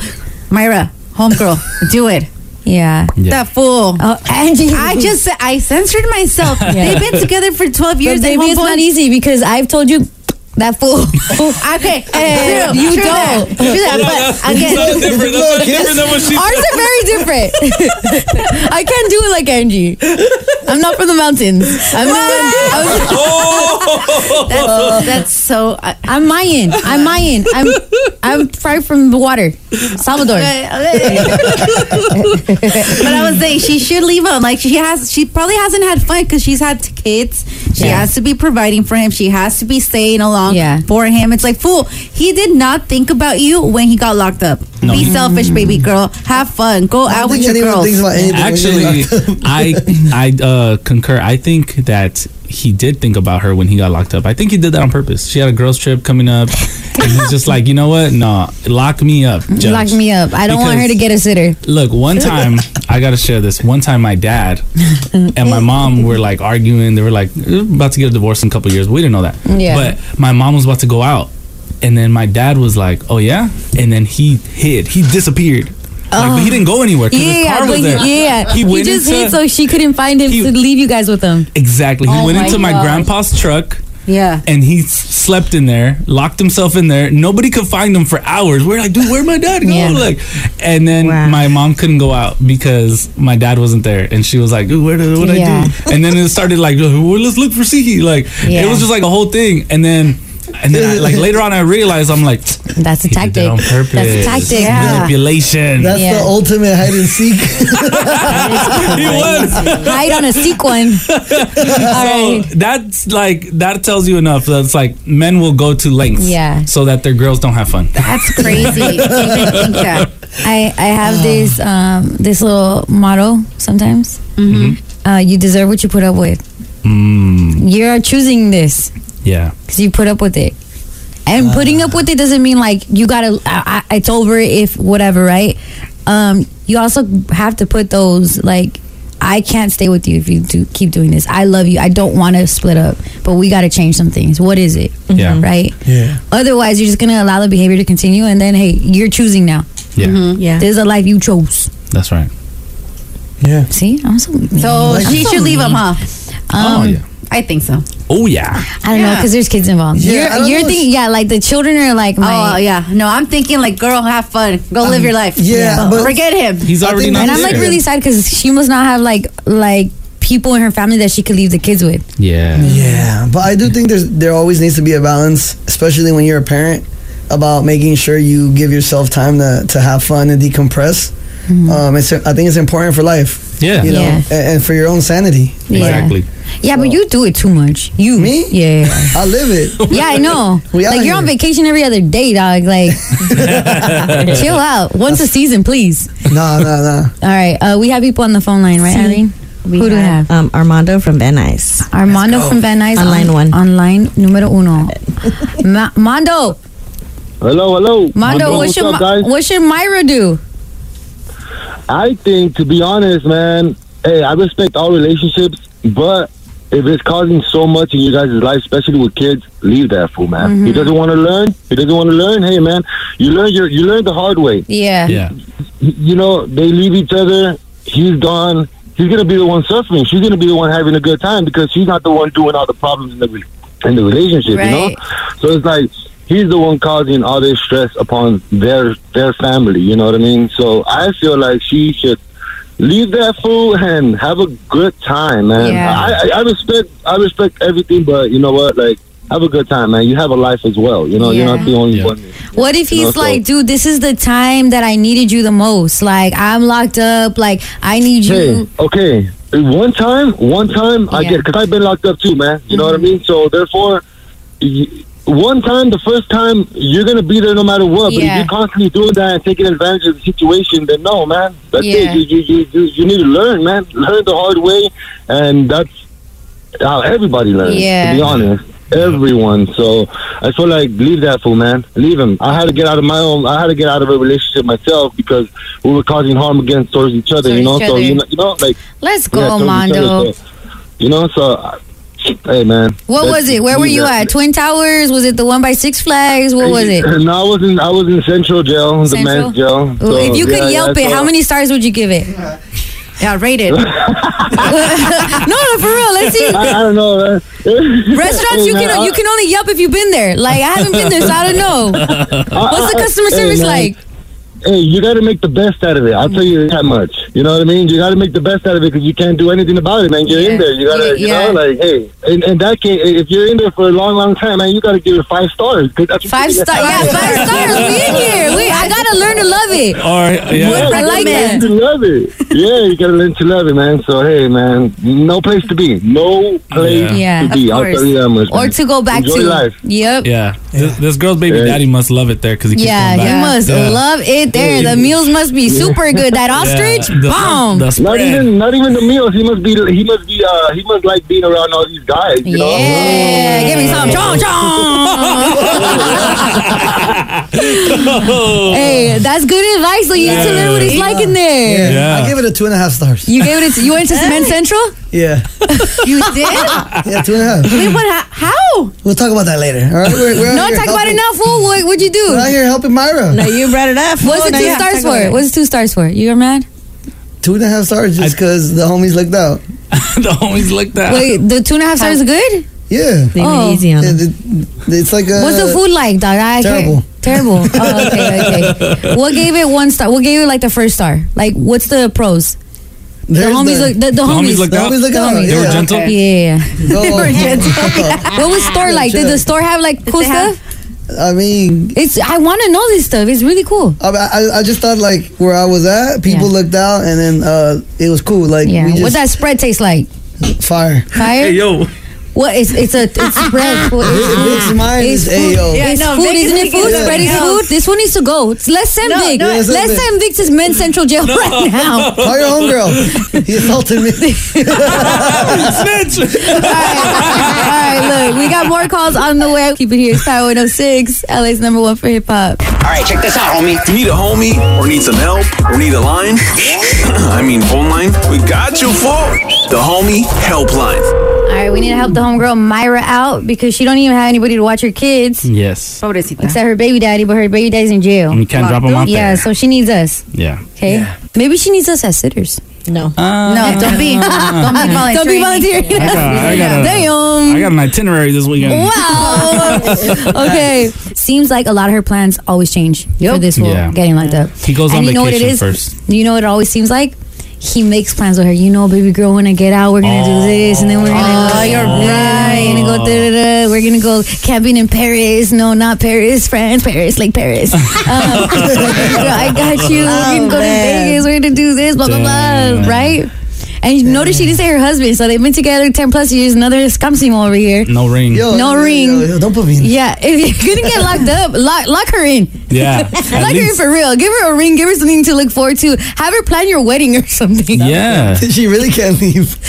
Myra, homegirl, do it.
Yeah.
That fool.
Oh, Angie.
I just I censored myself.
Yeah.
They've been together for twelve years.
But
and
baby, it's
homeboy-
not easy because I've told you that fool.
okay,
Hey,
true,
you
true
don't.
that, true that, but again,
That's
different. That's not different than what she
Ours
said.
are very different. I can't do it like Angie. I'm not from the mountains. I'm not.
Oh.
that's, that's so. I, I'm Mayan. I'm Mayan. I'm I'm fried from the water, Salvador.
Uh, but I was saying she should leave him. Like she has, she probably hasn't had fun because she's had t- kids. She
Yeah.
has to be providing for him. She has to be staying along
Yeah.
for him. It's like fool. He did not think about you when he got locked up.
No.
Be selfish, baby girl. Have fun. Go out with your girls.
Actually, I I uh, concur. I think that he did think about her when he got locked up. I think he did that on purpose. She had a girls trip coming up, and he's just like, you know what? No, lock me up. Judge.
Lock me up. I don't want her to get a sitter.
Look, one time I gotta share this. One time my dad and my mom were like arguing. They were like "We're about to get a divorce in a couple years. We didn't know that.
Yeah.
But my mom was about to go out, and then my dad was like, "Oh yeah," and then he hid. He disappeared. Like, but he didn't go anywhere. 'cause his car was
Oh. but
there.
he- yeah.
He
He,
went
just
into-
hid so she couldn't find him to leave you guys with him.
Exactly. He
Oh
went
my
into my
gosh.
grandpa's truck.
Yeah.
And he s- slept in there, locked himself in there. Nobody could find him for hours. We're like, dude, where'd my dad go?
Yeah.
Like, and then my mom couldn't go out because my dad wasn't there, and she was like, dude, where did what would
Yeah.
I do? And then it started like, well, let's look for Sihi. Like, it
Yeah.
was just like a whole thing, and then. And then, I, like later on, I realized I'm like,
that's a
tactic. on purpose.
That's a tactic. Yeah.
Manipulation.
That's the ultimate hide and seek.
he was.
Hide on a seek one.
so that's like that tells you enough. That's like men will go to lengths,
Yeah.
so that their girls don't have fun.
That's crazy. I, I have this um, this little motto sometimes.
Mm-hmm.
Uh, you deserve what you put up with.
Mm,
You're choosing this
yeah.
because you put up with it. And
Uh,
putting up with it doesn't mean like you gotta. I, I, it's over if whatever, right? Um, you also have to put those like. I can't stay with you if you do keep doing this. I love you. I don't want to split up, but we got to change some things. What is it?
Yeah.
Mm-hmm.
Mm-hmm.
Right.
yeah.
Otherwise, you're just gonna allow the behavior to continue, and then hey, you're choosing now.
Yeah.
Mm-hmm.
Yeah, there's a life you chose.
That's right.
Yeah.
See, I'm so mean.
So
I'm
she
so
should leave him,
mean.
huh?
Um,
oh, yeah. I think so.
Oh yeah.
I don't know
Yeah.
because there's kids involved.
Yeah, I
you're,
don't
you're
know.
thinking, yeah, like the children are like, my, Um,
Oh yeah, no, I'm thinking like, girl, have fun, go live your life.
yeah, but-
forget him.
He's already
and
not
I'm like
there.
really sad because she must not have like like people in her family that she could leave the kids with.
Yeah.
Yeah, but I do think there's there always needs to be a balance, especially when you're a parent, about making sure you give yourself time to, to have fun and decompress. Um, it's, I think it's important for life.
Yeah.
you know,
Mm-hmm. Yeah.
a- and, for your own sanity.
Yeah. Exactly. Yeah, but you do it too much. You me? Yeah,
I live it.
yeah, I know.
We out
like you're on vacation every other day, dog. Like, chill out. Once a season, please.
No, no, no.
All right, uh, we have people on the phone line, right, Irene? Who do we have?
Um, Armando from Van Nuys.
Armando from Van Nuys
On line
one. On line numero uno. Ma- Mondo,
Hello, hello.
Mondo,
Mondo,
what's, your
up,
Mi-
guys?
what's your Myra do?
I think, to be honest, man, hey, I respect all relationships, but if it's causing so much in you guys' life, especially with kids, leave that fool, man.
Mm-hmm.
He doesn't want to learn. He doesn't want to learn. Hey, man, you learn your you learn the hard way.
Yeah.
Yeah.
You know, they leave each other. He's gone. He's gonna be the one suffering. She's gonna be the one having a good time because she's not the one doing all the problems in the re- in the relationship. You know,
Right.
so it's like he's the one causing all this stress upon their their family. You know what I mean? So I feel like she should leave that fool and have a good time, man.
Yeah.
I, I I respect I respect everything, but you know what? Like, have a good time, man. You have a life as well. You know, you're not the only one.
What if
You know,
he's
so-
like, dude, this is the time that I needed you the most? Like, I'm locked up. Like, I need you.
Hey, okay. One time, one time, I
Yeah.
get because I've been locked up too, man. You know what I mean? So therefore, y- one time, the first time, you're gonna be there no matter what. But if
Yeah.
you're constantly doing that and taking advantage of the situation, then no, man. That's
Yeah.
it. You, you, you, you, you need to learn, man. Learn the hard way, and that's how everybody learns.
Yeah.
To be honest. Everyone, so I feel like leave that fool, man. Leave him. I had to get out of my own. I had to get out of a relationship myself because we were causing harm against towards each other. you
Towards
know,
each
so
other.
you know, you know, like
Let's
yeah,
go,
towards each other,
Mondo.
so, you know, so uh, hey man.
What
Let's
was it? Where
do
were you
that.
at? Twin Towers? Was it the one by Six Flags? What was it?
No, I was in I was in Central Jail, the
Central?
men's jail.
Ooh, if you could
yeah,
Yelp
yeah,
it,
so-
how many stars would you give it? Yeah, rated. no, no, for real. Let's see.
I, I don't know. man.
Restaurants,
Hey,
you
man,
can
I-
you can only Yelp if you've been there. Like I haven't been there, so I don't know. What's the customer
Uh, Hey,
service
man.
like?
Hey, you got to make the best out of it. I'll tell you that much. You know what I mean? You got to make the best out of it because you can't do anything about it, man. You're in there. You got to, you know, like, hey. In, in that case, if you're in there for a long, long time, man, you got to give it five stars. 'cause that's what
Five
you-
star, yeah, five stars. We in here. We, I gotta learn to love it.
Or yeah,
I
learn
like that.
to love it. Yeah, you gotta learn to love it, man. So hey, man, no place to be, no place
Yeah,
to
of
be. I'll
course.
tell you that much.
Or
man.
to go back
Enjoy
to.
life.
Yep.
Yeah. This, this girl's baby daddy must love it there because he keeps
Yeah,
going back.
you must
Yeah.
love it there. The meals must be super good. That ostrich,
Yeah, the-
bomb.
the
Not
spread.
even, not even the meals. He must be, he must be, uh, he must like being around all these guys. You know?
Yeah, give me some. Chong, chong. hey, that's good advice. So you need to learn what it's like in
Yeah.
there.
I give it a two and a half stars.
You gave it. To, you went to Cement Central.
Yeah.
You did.
Yeah, two and a half.
Wait, what? How?
We'll talk about that later. All right, we're, we're out
no,
here
talk about it
helping-
now, fool. What, what'd you do?
We're out here helping Myra.
No, you brought it up. fool.
What's it
Now
two
you have to
stars
talk about
for?
it.
What's it two stars for? You're mad?
Two and a half stars just because the homies looked out.
the homies looked out.
Wait, the two and a half stars is good?
Yeah.
They went Oh. easy on
Yeah, the- It's like a.
What's the food like, dog? I
Terrible.
Terrible. Oh, okay, okay. What gave it one star? What gave it like the first star? Like, what's the pros?
There's
the homies,
the-
look, the, the,
The homies
homies,
looked The out? homies looked out, They were yeah. gentle?
Yeah, yeah, yeah.
No. They were gentle.
what was store like? Did the store have like cool stuff?
I mean,
it's. I want to know this stuff. It's really cool.
I, I, I just thought like where I was at, people looked out, and then uh, it was cool. Like
Yeah.
we just
What that spread taste like?
fire.
Fire? Hey,
yo.
What it's it's a it's spread. food.
Vic's mine is
it's
Ayo.
food.
Yeah,
It's
no,
food,
Vic is
isn't it?
making
Food
something
spread is
else.
food. This one needs to go. It's- Let's send
No,
Vic.
no, it's-
Let's send Vic to Men's Central Jail right now.
Call your homegirl. he assaulted me.
All right, look, we got more calls on the way. Keep it here. It's Power 106, LA's number one for hip hop.
All right, check this out, homie. Need a homie or need some help or need a line? I mean, phone line. We got you for the homie helpline.
All right, we need to help the homegirl Myra out because she don't even have anybody to watch her kids.
Yes.
Except her baby daddy, but her baby daddy's in jail.
And you can't drop him off
Yeah,
there.
so she needs us.
Yeah.
Okay. Maybe she needs us as sitters. No.
No, don't be- don't be
Don't be
volunteering.
volunteering.
I got, I got a,
Damn.
I got an itinerary this weekend.
Wow. okay. Seems like a lot of her plans always change for this whole
Yeah.
getting locked up.
He goes
and
on
you know what it
vacation
is?
first.
You know what it always seems like? He makes plans with her. You know, baby girl, when I get out, we're gonna do
Oh.
this, and then we're gonna. Oh, go, you're right. We're gonna go. Da-da-da. We're gonna go camping in Paris. No, not Paris, France, Baby Paris, like Paris. um, girl, I got you.
Oh,
we're gonna go
man.
to Vegas. We're gonna do this. Blah blah blah. Right. And you notice she didn't say her husband, so they've been together ten plus years. Another scumsimo over here.
No ring.
no ring.
don't put me in.
Yeah, if you're gonna get locked up, lock lock her in.
Yeah. at
lock her in
least.
for real. Give her a ring. Give her something to look forward to. Have her plan your wedding or something.
Yeah.
she really can't leave.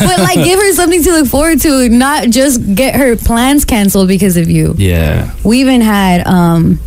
but like, give her something to look forward to, not just get her plans canceled because of you.
Yeah.
We even had um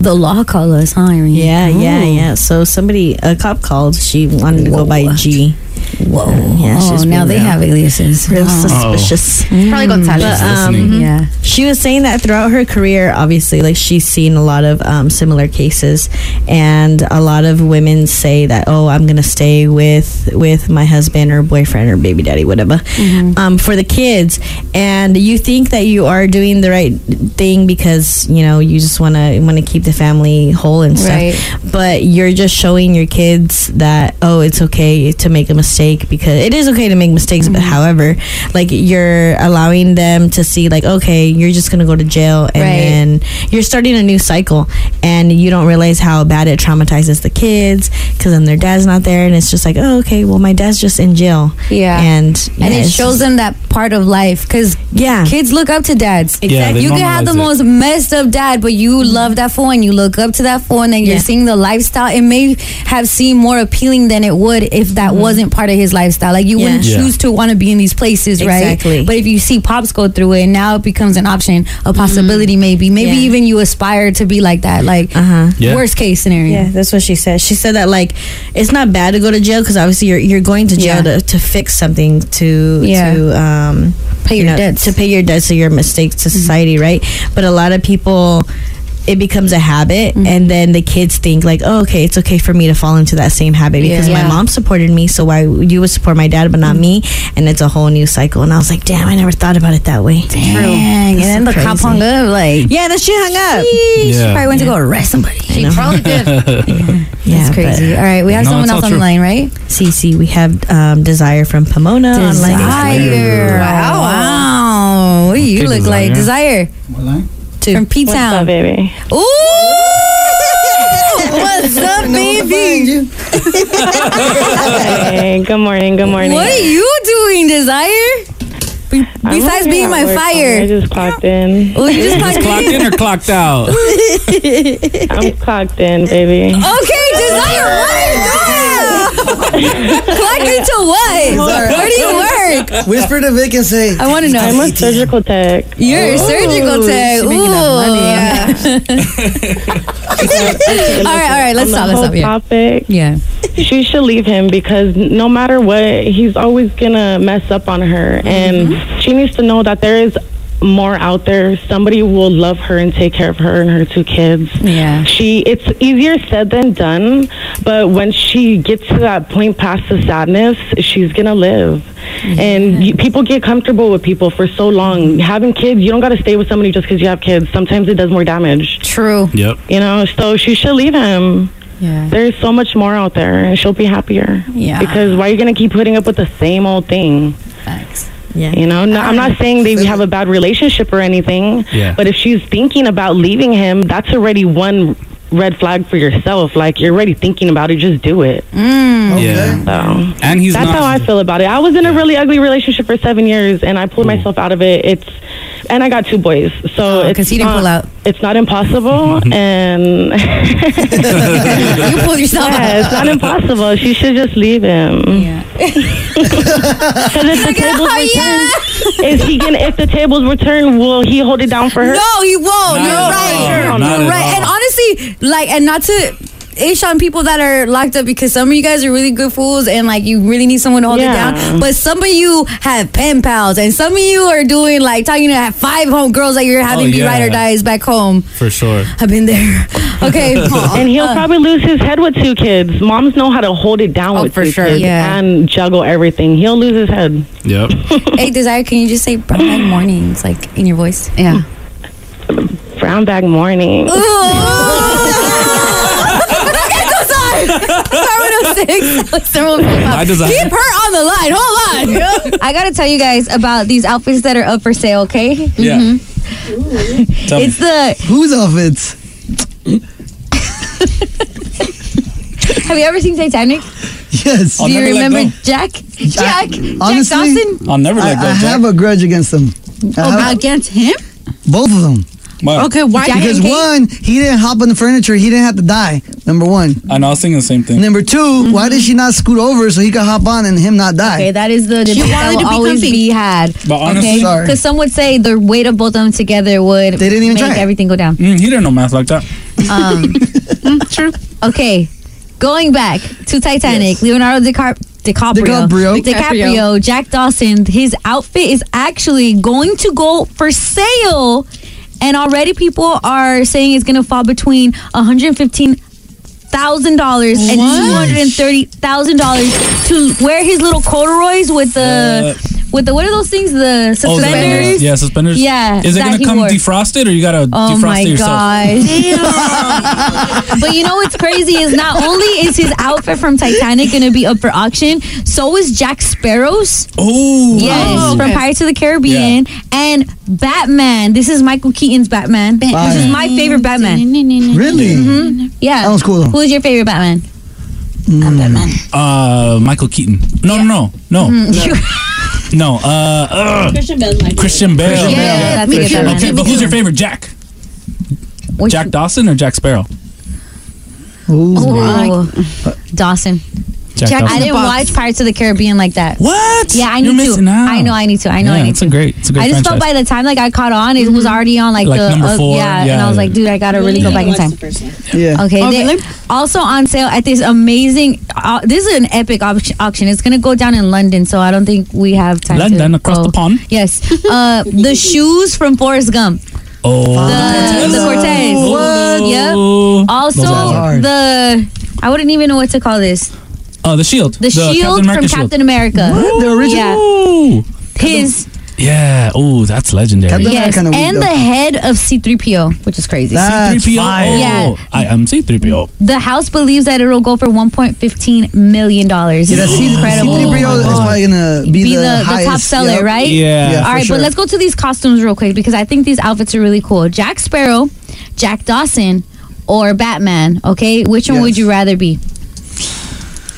the law call us, huh? Irene? Oh.
Yeah, yeah,
Ooh.
yeah. So somebody, a cop called. She wanted to go by G.
Whoa.
Yeah,
Oh,
she's
now
been
they
real-
have aliases.
Real
Oh.
suspicious.
Probably Gonzalez.
But,
She's
um,
listening. Yeah.
She was saying that throughout her career, obviously, like she's seen a lot of um, similar cases, and a lot of women say that, "Oh, I'm gonna stay with with my husband or boyfriend or baby daddy, whatever,
Mm-hmm.
um, for the kids." And you think that you are doing the right thing because you know you just wanna want to keep the family whole and stuff,
Right.
but you're just showing your kids that oh, it's okay to make a mistake because it is okay to make mistakes, but
Mm-hmm.
however, like you're allowing them to see like okay, you're just gonna go to jail and
Right.
then and you're starting a new cycle and you don't realize how bad it traumatizes the kids because then their dad's not there and it's just like oh okay well my dad's just in jail
Yeah.
and
and
yeah,
it
it's
shows
just-
them that part of life because
yeah
kids look up to dads
Yeah, they
you can
normalize
have the
it.
most messed up dad but you love that fool and you look up to that fool and then you're
Mm-hmm. Yeah. Mm-hmm.
seeing the lifestyle it may have seemed more appealing than it would if that wasn't
part of his lifestyle. Like you wouldn't
Yeah.
choose to want to be in these places, right?
Exactly.
But if you see pops go through it, now it becomes an option, a possibility,
Mm-hmm.
maybe, maybe even you aspire to be like that. Like
Yeah.
worst case scenario.
Uh-huh. Yeah, that's what she said. She said that like it's not bad to go to jail because obviously you're you're going to jail
Yeah.
to, to fix something to
Yeah.
to um
pay Mm-hmm.
your debts to pay your debts or your mistakes to society, right? But a lot of people. It becomes a habit,
Mm-hmm.
and then the kids think like, "Oh, okay, it's okay for me to fall into that same habit
Yeah.
because my
Yeah. Mm-hmm.
mom supported me, so why would- you would support my dad, but not me?" And it's a whole new cycle. And I was like, "Damn, I never thought about it that way."
Dang, and then the cop hung up. Like,
yeah, then she hung up.
She
Yeah.
probably went to go
Yeah.
arrest somebody.
I know.
That's crazy. All right, we have someone else on the line, right?
CC, we have um, Desire from Pomona. on line
Desire. Wow. wow. What do you
Okay,
look like?
Desire.
Desire. Two. From P Town. What's up, baby? Ooh! What's up, baby?
Hey, good morning. Good morning.
What are you doing, Desire? Be-
I'm
Besides
already
being
at
my
work,
fire.
I just clocked in.
Oh, you just clocked
clocked in or clocked out?
I'm clocked in, baby.
Oh,
Okay, Desire, what are you doing? Clock into what? Where do you work?
Whisper to Vic and say,
I want to know.
I'm a surgical tech.
You're a surgical tech. Ooh. Yeah. all right, all right, let's stop.
On the
Let's
whole
stop. Yeah.
Topic.
Yeah.
She should leave him because no matter what, he's always gonna mess up on her,
Mm-hmm.
and she needs to know that there is more out there. Somebody will love her and take care of her and her two kids.
Yeah.
She. It's easier said than done, but when she gets to that point past the sadness, she's gonna live. And you, people get comfortable with people for so long. Having kids, you don't gotta stay with somebody just because you have kids. Sometimes it does more damage.
True.
Yep.
You know, so she should leave him.
Yeah.
There's so much more out there, and she'll be happier.
Yeah.
Because why are you gonna keep putting up with the same old thing?
Thanks.
Yeah.
You know, no, I'm
Um,
not saying they have a bad relationship or anything.
Yeah.
But if she's thinking about leaving him, that's already one red flag for yourself. Like you're already thinking about it, just do it.
Mm.
Yeah. And he's
That's
not.
how I feel about it. I was in a really ugly relationship for seven years, and I pulled myself out of it. It's, and I got two boys, so it's
Oh, he didn't
not,
pull out.
It's not impossible, and
you pulled yourself
yeah,
out.
It's not impossible. She should just leave him. Yeah. if the
Oh,
tables were turned, is he gonna? If the tables were turned, will he hold it down for her?
No, you won't.
Not
You're
at
right.
all. Not
You're
at
right.
all.
And honestly, like, and not to ish on people that are locked up because some of you guys are really good fools and like you really need someone to hold
Yeah.
it down. But some of you have pen pals and some of you are doing like talking to five home girls that you're having
Oh,
be
yeah.
ride or dies back home.
For sure.
I've been there. Okay. uh,
and he'll probably lose his head with two kids. Moms know how to hold it down with
Oh, for
two
sure.
kids
Yeah.
and juggle everything. He'll lose his head.
Yep.
hey, Desire, can you just say brown bag mornings like in your voice? Yeah.
Brown bag morning.
My desire.
Keep her
on the line. Hold on.
I gotta tell you guys about these outfits that are up for sale. Okay.
Yeah.
Mm-hmm.
Tell me.
It's the
whose outfits?
Mm-hmm. Have you ever seen Titanic?
Yes.
Do you remember Jack? Jack.
Honestly,
Jack Dawson.
I'll never let
I,
go,
I
Jack. Oh,
have a grudge against them. I have-
against him?
both of them.
Why? Okay, why- Jack
Because
and Kate?
one, he didn't hop on the furniture. He didn't have to die. Number one.
I know. I was thinking the same thing.
Number 2 why did she not scoot over so he could hop on and him not die?
Mm-hmm. Okay, that is the debate that will always be had.
But honestly- Sorry.
because some would say the weight of both of them together would they didn't
even
make
try it.
everything go down.
Mm, he didn't know math like that.
Um, true. Okay, going back to Titanic, Leonardo DiCap- DiCaprio,
DiCaprio.
DiCaprio, Jack Dawson. His outfit is actually going to go for sale, and already people are saying it's going to fall between one hundred fifteen thousand dollars and two hundred and thirty thousand dollars to wear his little corduroys with the with the what are those things the
Oh, the-
suspenders?
yeah, suspenders.
Yeah,
Is it
that
gonna
he
come
wore.
defrosted or you gotta
Oh
defrost
my
it yourself?
gosh. but you know what's crazy is not only is his outfit from Titanic going to be up for auction, so is Jack Sparrow's.
Oh.
Yes,
Oh, okay.
from Pirates of the Caribbean and Batman. This is Michael Keaton's Batman.
Batman.
This is my favorite Batman.
Really?
hmm Yeah.
That was cool.
Who is your favorite Batman?
Mm.
Batman.
Uh, Michael Keaton. No, no, no, no,
Mm-hmm.
no. Uh, uh,
Christian Bale's my
Christian Bale.
Christian Bale. Yeah, that's me too. Me
Okay, but who's
too.
your favorite Jack? Jack Dawson or Jack Sparrow?
Ooh. Dawson.
Jacked off.
I didn't watch Pirates of the Caribbean like that.
What?
Yeah, I
You're
need
missing
to.
out.
I know I need to. I know
yeah,
I need
it's
to.
a great, it's a great.
I just felt by
franchise.
the time like I caught on, it was
Mm-hmm.
already on like,
Like
the
number
uh,
four,
yeah, and
yeah.
I was like, dude, I gotta really go back in time.
Yeah.
Okay.
Oh,
they- Also on sale at this amazing. au- this is an epic auction, auction. It's gonna go down in London, so I don't think we have time.
London,
to
across
go.
the pond?
Yes. Uh, the shoes from Forrest Gump.
Oh,
The, the Cortez.
What?
Yep. Also
Those are hard.
the. I wouldn't even know what to call this.
oh, the shield.
The, shield from
America
Captain America.
What? The
Yeah.
original.
His
Yeah. Oh, that's legendary.
yes, and the head of C3PO, which is crazy.
C3PO.
Yeah,
Oh, I am C3PO.
the house believes that it'll go for 1.15 million dollars.
Yeah,
It's
that C-
incredible.
C-3PO is probably gonna be,
be the,
the,
the top
highest.
seller,
Yep.
right? All right, but let's go to these costumes real quick because I think these outfits are really cool. Jack Sparrow, Jack Dawson, or Batman. Okay, which one would you rather be?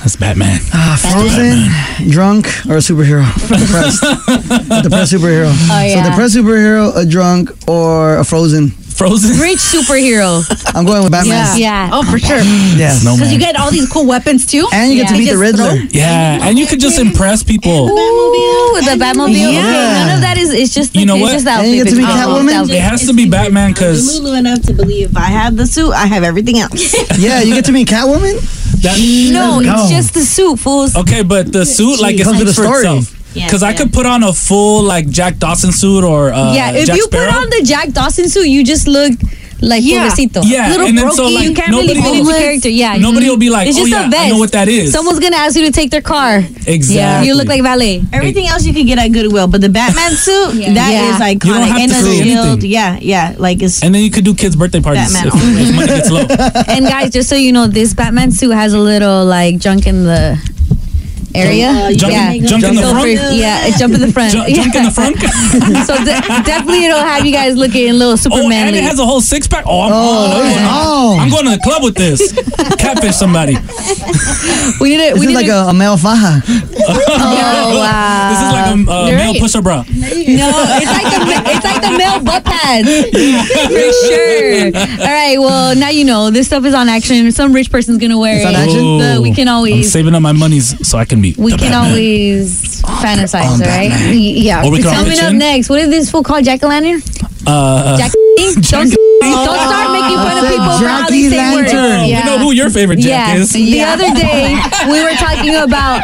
That's Batman.
Ah, frozen, drunk, or a superhero? Depressed. A depressed superhero.
Oh, yeah.
So depressed superhero, a drunk, or a frozen.
Frozen.
Rich superhero.
I'm going with Batman.
Yeah. Oh, for sure.
Yeah.
Because you get all these cool weapons too,
And you get to beat the Riddler.
Yeah, and you could just impress people.
Ooh, the Batmobile. Okay,
Yeah.
none of that is. It's just.
You know
it's
what?
Just the outfit. It's all about the outfit.
It has to be Batman because
Lulu enough to believe if I have the suit, I have everything else.
Yeah, you get to meet Catwoman.
No, it's just the suit, fools.
Okay, but the suit like it
Comes with
speaks for
a story.
itself.
Yeah,
Because I could put on a full like Jack Dawson suit or uh,
yeah, if
Jack
you
Sparrow.
put on the Jack Dawson suit, you just look like
Yeah.
pobrecito.
Yeah,
little
and then
brokey.
so, like,
you can't
nobody
really fit into
will-
character. Yeah, mm-hmm.
nobody will be like,
it's
"Oh,
just
yeah, I
a vest.
know what that is."
Someone's gonna ask you to take their car. Yeah,
Exactly.
you look like valet.
Everything else you can get at Goodwill, but the Batman suit, that is
Yeah. You
iconic.
don't have
and
to
the
say
shield,
anything.
yeah, yeah, like it's
and then you could do kids' birthday parties
Batman
if, if money gets low.
and guys, just so you know, this Batman suit has a little like junk in the area.
Junk-
yeah.
junk in the
So
front?
for- yeah, it's jump in the front.
Junk-
yeah.
junk in the front?
so de- definitely it'll have you guys looking a little
Oh,
Superman.
and it has a whole six pack. Oh, I'm
Oh,
on.
yeah.
Oh. I'm going to the club with this. Catfish somebody.
we did it.
This is
We did
like
it.
a, a male faja.
Oh wow!
This is like a uh,
You're
male
right.
push-up
No,
bra.
it's like the ma- it's like the male butt pads for sure. All right, well now you know this stuff is on action. Some rich person's gonna wear it. But we can
I'm
always
saving up my monies so I can be.
we
the
can
Batman.
always fantasize, all right? Y- Yeah.
Or we can all
Coming
pitch
up
in.
next, what is this fool called? Jack o' lantern?
Uh,
Jack. Don't, don't start making fun of people for how they say words.
You know who your favorite Jack
Yeah.
is.
The other day, we were talking about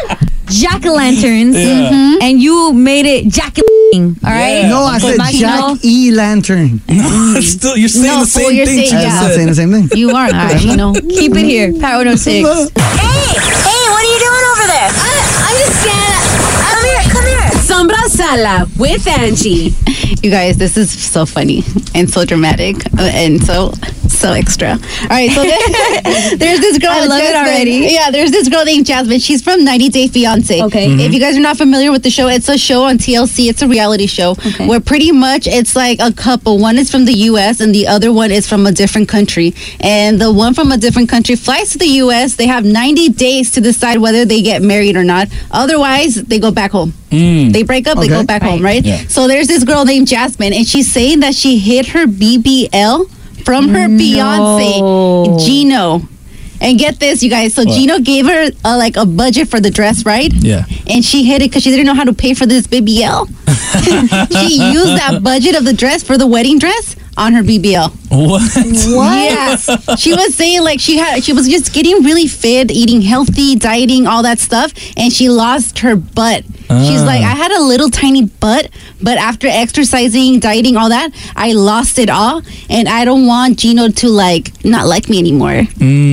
jack o' lanterns,
Yeah.
and you made it jack o' all right?
No, I said Jack E. Lantern.
No, still, you're saying
No,
the
fool,
same
you're saying-
thing. she just
yeah.
I'm saying the same thing.
You are,
not,
you know. Keep it here, Power
Hey,
106.
what are you doing over there? I, I'm just standing. Come here, come here. Sombra Sala with Angie.
You guys, this is so funny and so dramatic uh, and so so extra. All right, so there- there's this girl.
I love it
Jasmine.
already.
Yeah, there's this girl named Jasmine. She's from 90 Day Fiance. Okay.
Mhm.
If you guys are not familiar with the show, it's a show on TLC. It's a reality show where pretty much it's like a couple. One is from the U.S. and the other one is from a different country. And the one from a different country flies to the U.S. They have 90 days to decide whether they get married or not. Otherwise, they go back home. They break up,
Mm.
they
Okay.
go back home, right?
Yeah.
So there's this girl named Jasmine, and she's saying that she hid her BBL from her fiance, Gino. And get this, you guys. So
What?
Gino gave her uh, like a budget for the dress, right?
Yeah.
And she hid it because she didn't know how to pay for this BBL. she used that budget of the dress for the wedding dress on her BBL.
What?
Yes. she was saying like she had she was just getting really fit, eating healthy, dieting, all that stuff, and she lost her butt. She's
Ah.
like, I had a little tiny butt, but after exercising, dieting, all that, I lost it all, and I don't want Gino to like not like me anymore,
Mm.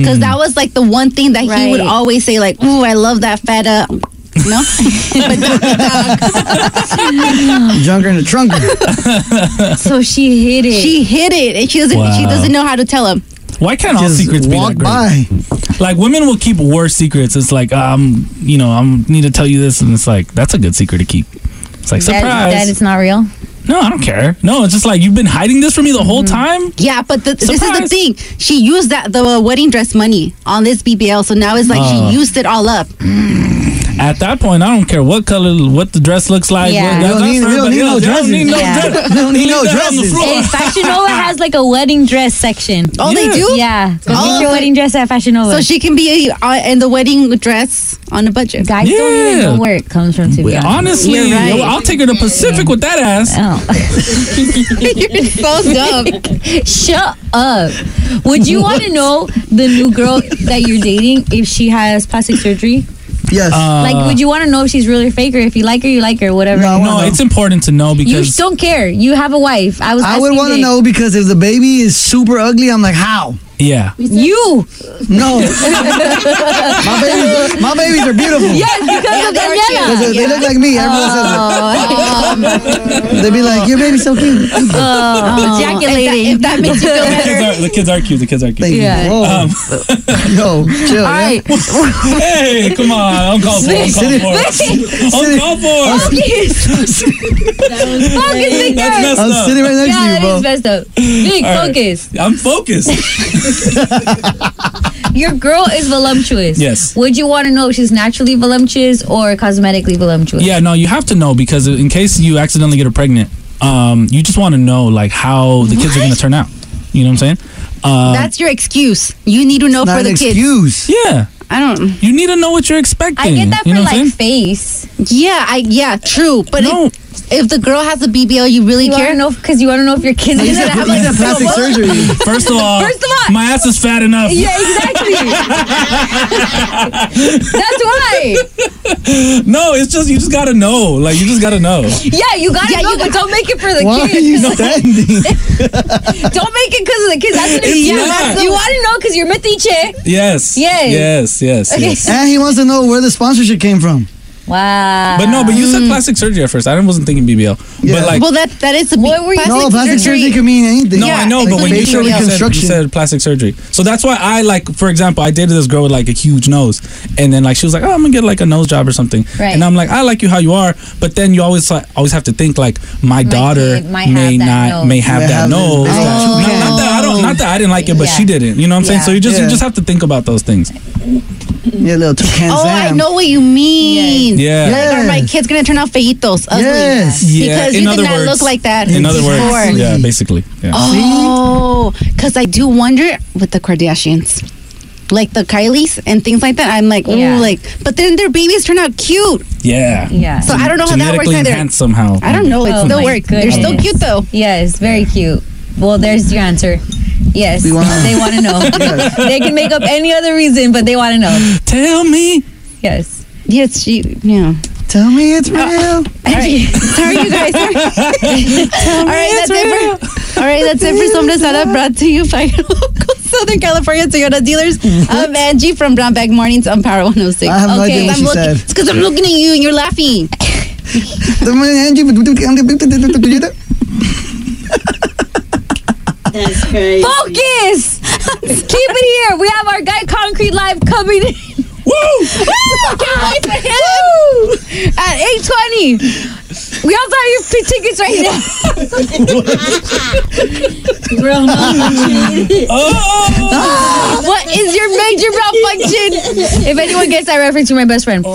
because that was like the one thing that he would
Right.
always say, like, "Ooh, I love that fat up." No,
Junker in the trunker.
so she hid it. She hid it, and she doesn't. She
Wow.
doesn't know how to tell him.
Why can't all secrets be
walk
that great? Like women will keep worse secrets. It's like um, you know, I'm need to tell you this, and it's like that's a good secret to keep. It's like surprise.
That, that it's not real.
no, I don't care. No, it's just like you've been hiding this from me the whole time.
Yeah, but the, this is the
Surprise.
thing. She used that the wedding dress money on this BBL, so now it's like
Oh.
she used it all up.
At that point, I don't care what color, what the dress looks like.
Yeah.
what-
We don't
that's
need-
for
we don't
everybody
need no
else.
dresses. Yeah. We
They don't need no dress.
don't need
Leave
no
that on the
dresses.
floor.
Hey, Fashion Nova has like a wedding dress section.
Oh, they do?
Yeah. Go
Oh,
get your
so-
wedding dress at Fashion Nova.
So she can be uh, in the wedding dress on a budget.
Guys don't even know where it comes from, to be honest.
Honestly,
You're right. Oh.
I'll take her to Pacific with that ass.
You're so dumb. Shut up. Would you want to know the new girl that you're dating if she has plastic surgery?
Yes.
Uh,
like, would you want to know if she's real or fake, or if you like her, you like her, whatever?
No, it's important to know
you
because
just don't care. You have a wife. I was.
I would
want to
know because if the baby is super ugly, I'm like, how?
Yeah.
You.
No. my, babies, my babies are beautiful.
Yes, because of
they,
Daniela.
they look like me. Everyone says that. They'd be like, your baby's so cute.
Oh, ejaculating.
If that, if that makes you feel
the kids, are, the kids are cute. The kids are cute. Um,
Thank you. Yeah. Whoa. Yo, chill.
All
right.
hey, come on. Uncalled for. Uncalled for. Uncalled for.
Focus. Focus, Victor.
That's messed I'm up. sitting right next to
yeah,
you, bro.
that is messed up. Big
All right.
focus.
I'm focused.
Your girl is voluptuous.
Yes.
Would you want to know if she's naturally voluptuous or cosmetically voluptuous?
Yeah, no, you have to know because in case you accidentally get her pregnant, um, you just want to know like how the kids are going to turn out. You know what I'm saying? Um,
That's your excuse. You need to know for the kids.
Yeah.
I don't.
You need to know what you're expecting.
I get that
you know
for
what I'm
like
saying?
face.
Yeah, I yeah, true. But if, if the girl has a BBL, you really care.
No, because you want to know if your kids
are
He's
gonna
a-
have
he's
like
a plastic
what?
surgery. First of all,
First of all-
my ass is fat enough.
Yeah, exactly. That's why.
no, it's just you just gotta know. Like you just gotta know.
Yeah, you gotta know, but don't make it for the kids. don't make it because of the kids. That's an
It's
excuse.
not.
You want to know because you're metiche.
Yes.
Yes.
Yes. Yes. yes.
And he wants to know where the sponsorship came from.
Wow.
But no, but you said plastic surgery at first. I wasn't thinking BBL. But like,
well, that that is a what were you
No, plastic surgery can mean anything.
no, I know. But when you
facial
said, you said, you
reconstruction.
said plastic surgery, so that's why I like. For example, I dated this girl with like a huge nose, and then like she was like, "Oh, I'm gonna get like a nose job or something,"
Right.
and I'm like, "I like you how you are," but then you always like, always have to think like, my, daughter
kid might
may
have that
not
nose.
may have
May
that
have Oh, this
nose.
big ass nose.
No, not that I don't, not that I didn't like it, but
Yeah.
she didn't. You know what I'm saying?
Yeah.
So you just
Yeah.
you just have to think about those things.
Yeah, little toucan
Oh, I know what you mean.
Yeah.
Like,
Yes.
are my kids gonna turn out feitos? Ugly.
Yes. Yeah,
Because
in
you did
other
not
words-
look like that.
In other
before.
words, yeah, basically. Yeah.
Oh, because I do wonder with the Kardashians. Like the Kylies and things like that. I'm like, ooh,
Yeah.
like, but then their babies turn out cute.
Yeah.
Yeah.
So I don't know how that works
Genetically
either.
enhanced somehow.
I don't know. It
Oh
still
my
works. They're still
goodness.
cute though.
Yes, very cute. Well, there's your answer. Yes,
We wanna-
they want to know. They can make up any other reason, but they want to know.
Tell me.
Yes.
Yes, she. Yeah.
Tell me it's real.
Uh, all right. Sorry, you guys. All right, that's it for. All right, that's it for Sombra Sala. Brought to you by local Southern California Toyota dealers. I'm Angie from Brown Bag Mornings on Power 106.
I have no idea what
I'm
she
looking,
said.
It's because I'm looking at you and you're laughing.
That's crazy.
Focus! Keep it here. We have our guy Concrete Live coming in.
Woo!
Can't wait for him. At 8.20. We also have your free tickets right now. Grown What is your major malfunction? If anyone gets that reference, you're my best friend. Power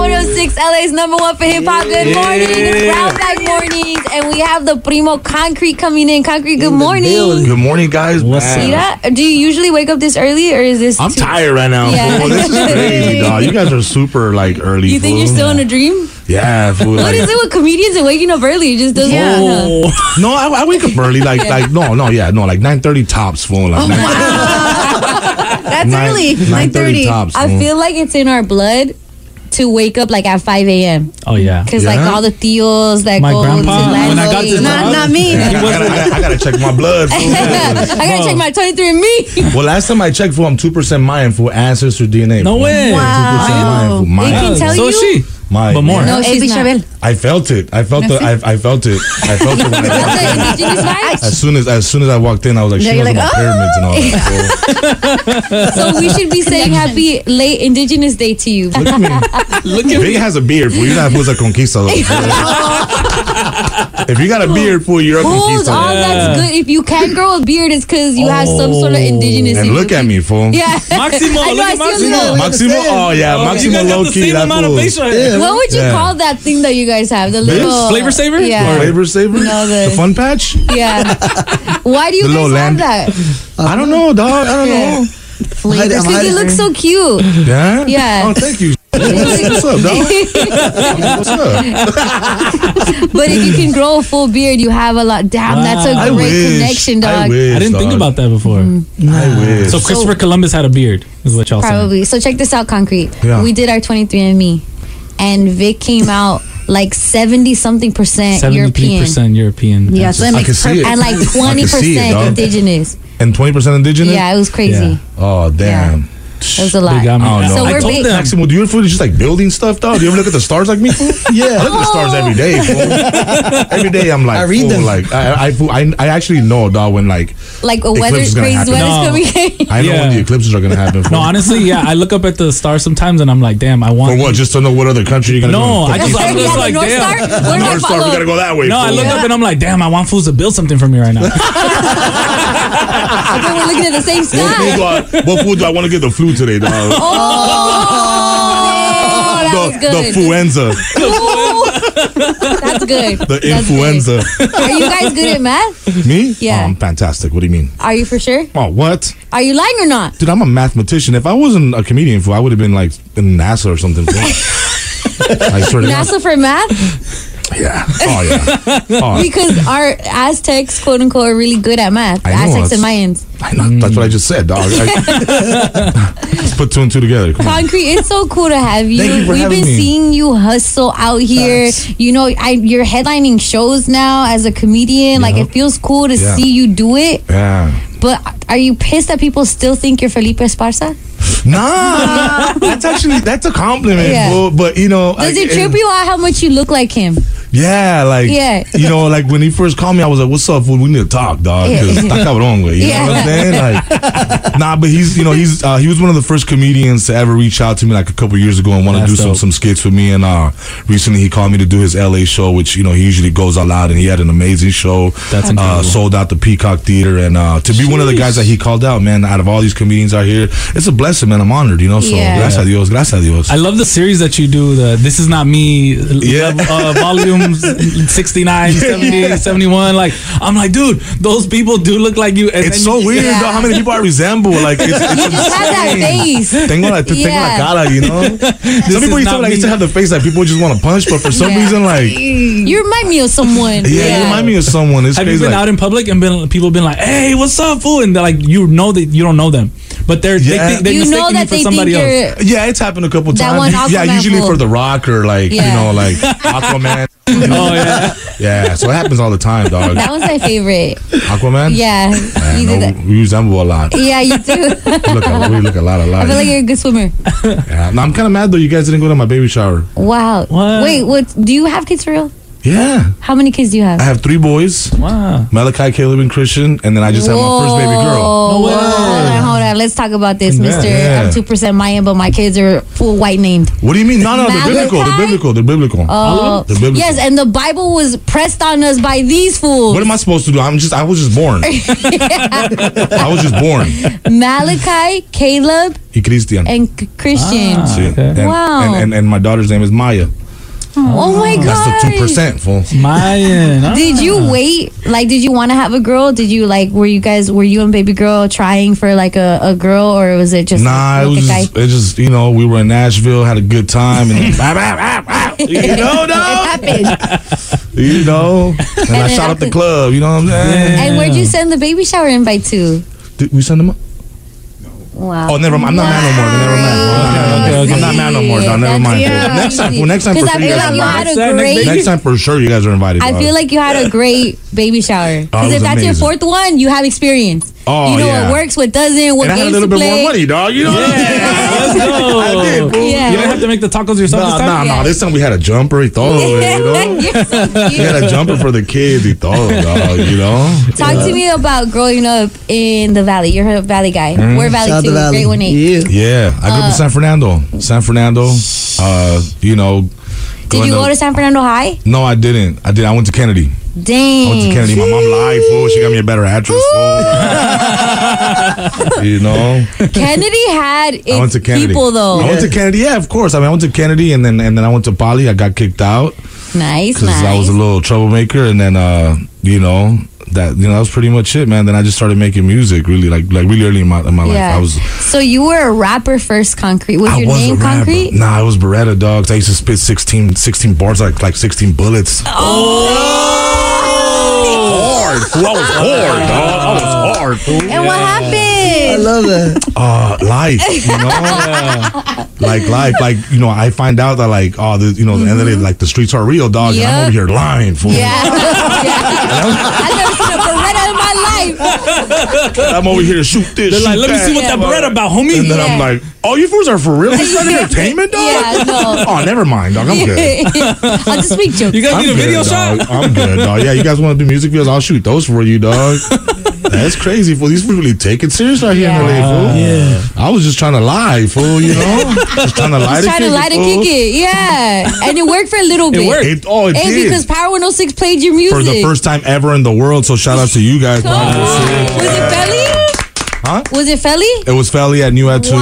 106, LA's number one for hip hop. Good morning.
Yeah.
Brown bag mornings. And we have the Primo Concrete coming in. Concrete, good morning.
Good morning, guys. What's
See that? Do you usually wake up this early or is this?
I'm
too-
tired right now.
Yeah.
fool. This is crazy, dog. You guys are super like early.
You think
fool.
you're still in a dream?
Yeah. Fool,
What
like-
is it with comedians and waking up early? It just doesn't.
Oh. no, I, I wake up early. Like
Yeah. Oh
like no no yeah no like nine thirty tops. Phone like. nine-
That's
Oh, Nine- early. 9:30 tops,
I
mm.
feel like it's in our blood to wake up like at 5 a.m.
Oh yeah.
Because like all the tios that
My
go
grandpa,
to
when I got
Lando's-
to
not,
Lando's-
not me.
Yeah, I, gotta, I gotta- I gotta check my blood. fool.
I gotta check my 23 and me.
Well, last time I checked, fool, I'm two percent Mayan for ancestor DNA.
No
fool.
way.
Yeah, 2% Mayan, fool.
They
Mayan.
can tell you
My
But more.
man.
No, she's not.
I felt it. I felt
No,
the. I, I felt it. I felt it. When I walked
That's
in.
an indigenous vibe?
As soon as as soon as I walked in, I was like,
Yeah,
she
you're
knows
like,
about
"Oh."
pyramids and all that. So
So we should be saying happy late Indigenous Day to you.
Look at me. Look at Big has a beard. Fool. You're not a conquistador. if you got a beard, fool, you're a
Hold
conquistador.
on, that's good. If you can grow a beard, it's because you have some sort of indigenous.
Oh, And
in
look
you.
at me, fool.
Yeah.
Maximo,
I know,
look
I
at
see him
Maximo.
there.
Maximo, oh yeah,
Oh, you
Maximo
guys got
low
the
key.
same
that
amount of
fool.
facial hair.
What would you
Yeah.
call that thing that you guys have? The
This?
little
Flavor
saver. Yeah.
Flavor saver?
No, the-
the fun patch?
Yeah. Why do you
The little
guys have
lamp.
that?
I don't know, dog. I don't know.
Because he looks so cute.
Yeah?
Yeah.
Oh, thank you. What's, what's up, dog? What's up?
but if you can grow a full beard, you have a lot. Damn, that's
Wow.
a great connection, dog.
I didn't think about that before.
Mm.
I wish.
So Christopher Columbus had a beard, is what y'all saying.
Probably. So check this out, Concrete.
Yeah.
We did our 23andMe, and Vic came out like 70 something percent European.
73% European.
Yeah, so that
I
makes
can see
perfect-
it.
And like
I can see it,
20%
dog.
indigenous.
And 20% indigenous?
Yeah, it was crazy.
Yeah. Oh, damn.
It was a lot.
I don't know.
So
I
we're
told
big.
them. Maximo, do your food is just like building stuff, dog? Do you ever look at the stars like me? yeah. I look at the stars every
Oh.
day, fool. every day I'm like, I read them. like, I, I, fool, I, I actually know, dog, when like,
Like a
Eclipse
weather,
is gonna
crazy
happen.
weather's
No.
coming in.
I know when the eclipses are going to happen. fool.
No, honestly, yeah, I look up at the stars sometimes and I'm like, damn, I want.
For what? Just to know what other country you're going to
No,
go
I just, I'm just like, damn.
North Star, we got to go that way.
No, I
fool.
look up and I'm like, damn, I want fools to build something for me right now.
Okay, we're looking at the same
What food, do
sky.
I, what food do I want to get the flu today, dog?
Oh, that was
the, the
good.
influenza.
Ooh, that's good.
The
That's
influenza.
good. Are you guys good at math?
Me?
Yeah.
Oh, I'm fantastic. What do you mean?
Are you for sure?
Oh, what?
Are you lying or not?
Dude, I'm a mathematician. If I wasn't a comedian, fool, I would have been like in NASA or something. fool. I swear to God.
NASA for math?
Yeah. Oh, yeah. Oh,
Because our Aztecs, quote unquote, are really good at math.
I know,
Aztecs and
that's-
Mayans.
I know, that's what I just said, dog. I- Let's put two and two together. Come on.
Concrete, it's so cool to have you.
Thank you for
We've
having
been
me.
seeing you hustle out here. You know, I, you're headlining shows now as a comedian. Like, it feels cool to
Yeah.
see you do it.
Yeah.
But are you pissed that people still think you're Felipe Esparza?
Nah, that's actually that's a compliment,
Yeah.
fool, but you know,
Does
Oh, I-
it trip you out how much you look like him?
Yeah, like
Yeah.
you know, like when he first called me, I was like, "What's up, fool? We need to talk, dog."
Yeah.
Because está cabrón, güey. You
Yeah.
know what I'm saying? Like, nah, but he's you know he's uh, he was one of the first comedians to ever reach out to me like a couple years ago and want to
That's
do some
dope.
some skits with me. And uh, recently he called me to do his LA show, which you know he usually goes all out, and he had an amazing show.
That's
uh,
incredible.
sold out the Peacock Theater, and uh, to be one of the guys that he called out, man, out of all these comedians out here, it's a blessing, man. I'm honored, you know. So
Yeah.
gracias a Dios, gracias a Dios.
I love the series that you do. The This Is Not Me, yeah. uh, volumes 69, 70, 71. Like, I'm like, dude, those people do look like you. And
It's so
then you-
weird, though, how many people I resemble. Like, it's, it's
You just have that face.
Tengo la, te- tengo la
Yeah.
cara, you know? some people you
is not
tell like, you
me.
used to have the face that people just want to punch, but for some
Yeah.
reason, like, yeah,
You remind me of someone.
you remind me of someone. It's
Have you
crazy.
been
like,
out in public and been people been like, "Hey, what's up, fool?" And they're like, you know that you don't know them, but they're
Yeah.
they think, they're
You
mistaking
know
you
that
for
they
somebody
think
else.
you're- Yeah, it's happened a couple
That one
times. You- yeah,
Aquaman
usually
fool.
for The Rock or, like,
Yeah.
you know, like Aquaman.
oh, yeah.
Yeah, so it happens all the time, dog.
That was my favorite.
Aquaman?
Yeah.
Yeah,
you
no,
did that.
we resemble a lot.
Yeah, you do.
We look, a, we look a lot
I
alike.
feel like you're a good swimmer.
Yeah. No, I'm kind of mad, though, you guys didn't go to my baby shower.
Wow. Wait, what? Do you have kids for real?
Yeah.
How many kids do you have?
I have three boys. Wow. Malachi, Caleb, and Christian, and then I just had my first baby girl.
Whoa, Hold on, hold on. Let's talk about this,
Congrats.
Mister.
Yeah.
I'm two percent Mayan, but my kids are full white named.
What do you mean? No, no, they're biblical. They're biblical. They're biblical.
Oh,
they're biblical.
yes, and the Bible was pressed on us by these fools.
What am I supposed to do? I'm just. I was just born. I was just born.
Malachi, Caleb,
Y Christian.
and C- Christian.
See? And,
Wow.
And, and, and my daughter's name is Maya.
oh my god.
That's the two percent, fool. Maya.
Did
Ah.
you wait? Like, did you want to have a girl? Did you like? Were you guys? Were you and baby girl trying for like a, a girl, or was it just
Nah, it
with
was
the guy?
just, it just you know we were in Nashville, had a good time, and then, you know, no.
it happened.
you know, and I
then
shot up
after-
the club. You know what I'm saying?
And where'd you send the baby shower invite to?
Did we send them up?
Wow.
Oh, never mind. I'm not man no more. Never mind. Okay, okay. I'm not man no more, dog. Never mind.
Yeah.
Next time, well, next time for
'Cause I
sure you
feel
guys
like
are
you had a
invited.
great-
Next time for sure you guys are invited.
I
dog.
feel like you had a great baby
Oh,
shower.
it
Because
was
if that's your
amazing.
fourth one, you have experience.
Oh,
you know
yeah.
what works, what doesn't, what
and I had a
games
little
to
bit
play.
more money, dog. You know.
Let's go.
I did, fool.
Yeah.
You didn't have to make the tacos yourself
Nah,
this
nah,
time?
nah. This time we had a jumper y todo, you know. We had a jumper for the kids y todo, dog. You know.
Talk to me about growing up in the valley. You're a valley guy.
Mm.
We're valley too. Great one eight.
Yeah, I grew up
Uh,
in San Fernando. San Fernando. Uh, you know.
Did
going
you
to-
go to San Fernando High?
No, I didn't. I did. I went to Kennedy.
Dang.
I went to Kennedy. My mom lied, fool. She got me a better address, fool. you know.
Kennedy had its
I went to Kennedy.
people though.
I went to Kennedy. Yeah, of course. I mean, I went to Kennedy, and then and then I went to Poly. I got kicked out
nice,
because
nice.
I was a little troublemaker. And then uh, you know that you know that was pretty much it, man. Then I just started making music, really like like really early in my in my life. I was
so you were a rapper first, Concrete. Was
I
your
was
name
a rapper.
Concrete?
Nah, it was Beretta dogs. I used to spit 16, 16 bars like like sixteen bullets.
Oh.
Hard, fool. I was hard, dog. I was hard, fool.
And what happened? I
love that.
uh life you know like life like you know i find out that like oh the, you know the end of the day like the streets are real dog and i'm
Yep.
over here lying fool
Mm-hmm. Yeah. I've never seen a Beretta in my life.
i'm over here to shoot this
They're like,
shoot
"Let me see what that bread about, homie."
and then
Yeah.
i'm like oh you fools are for real this is not entertainment dog
Yeah, no.
oh never mind dog i'm good
I'll just make jokes.
You guys
I'm
need a
good,
video shot?
dog. I'm good, dog. Yeah, you guys want to do music videos? I'll shoot those for you, dog. That's crazy, fool. These people really take it serious right here in LA, fool. Yeah. I was just trying to lie, fool. You know, just trying to lie to
Just trying
kick
to lie
it,
to
fool.
kick it. Yeah. And it worked for a little
It
bit.
worked. It- oh, it
and
did.
because Power 106 played your music.
for the first time ever in the world. So shout out to you guys. behind the scenes.
Was it Felly?
Huh?
Was it Felly?
It was Felly at New at Two. Shout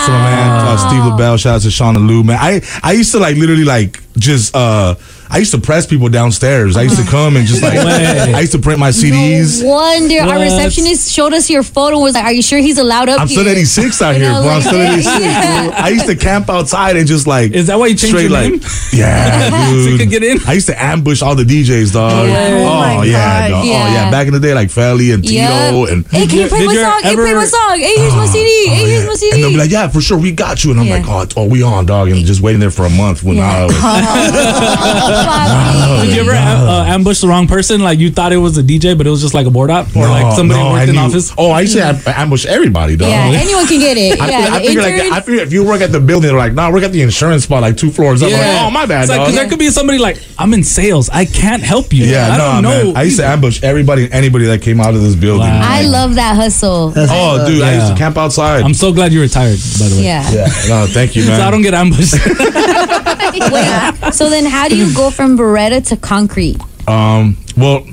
out to my man uh, Steve LaBelle. Shout out to Sean Lou. Man, I I used to like literally like just uh I used to press people downstairs. I used to come and just like
Way.
I used to print my CDs.
Wonder our
What?
receptionist showed us your photo and was like, Are you sure he's allowed up
I'm
here?
still 86 out here,
I
bro.
was
I'm
like,
still
"Yeah,
86.
yeah."
bro. I used to camp outside and just like. Is that why you
changed your name?
Yeah, dude.
So you could get in?
I used to ambush all the DJs, dog.
Yeah. Oh
Oh,
my
yeah,
God.
dog. Oh
Yeah.
yeah. Back in the day, like Felly and Tito
Yep.
and. Uh-huh.
Hey, can you play my song? Hey, play my song. Hey, here's
Oh,
my CD. Hey, here's my CD.
And they'll be like, yeah, for sure, we got you. And I'm
Yeah.
like, oh, oh, we on, dog. And just waiting there for a month when I was.
Did you ever uh, ambush the wrong person? Like you thought it was a DJ, but it was just like a board op or like somebody
no, I
worked in
knew-
office.
Oh, I used to am- ambush everybody, dog.
Yeah, anyone can get it.
I
yeah,
feel, I
the
figure like
intern.
I figure if you work at the building, they're like, nah, work at the insurance spot, like two floors up. I'm like, oh my bad,
It's like, 'cause
dog.
there could be somebody like, I'm in sales. I can't help you.
Yeah,
I
no,
don't know.
man. I used to ambush everybody and anybody that came out of this building.
I love that hustle.
Oh, dude, I used
Yeah.
to camp outside.
I'm so glad you retired, by the way.
Yeah.
No, thank you,
So
man.
I don't get ambushed.
Wait, so then how do you go from Beretta to concrete?
Um, well,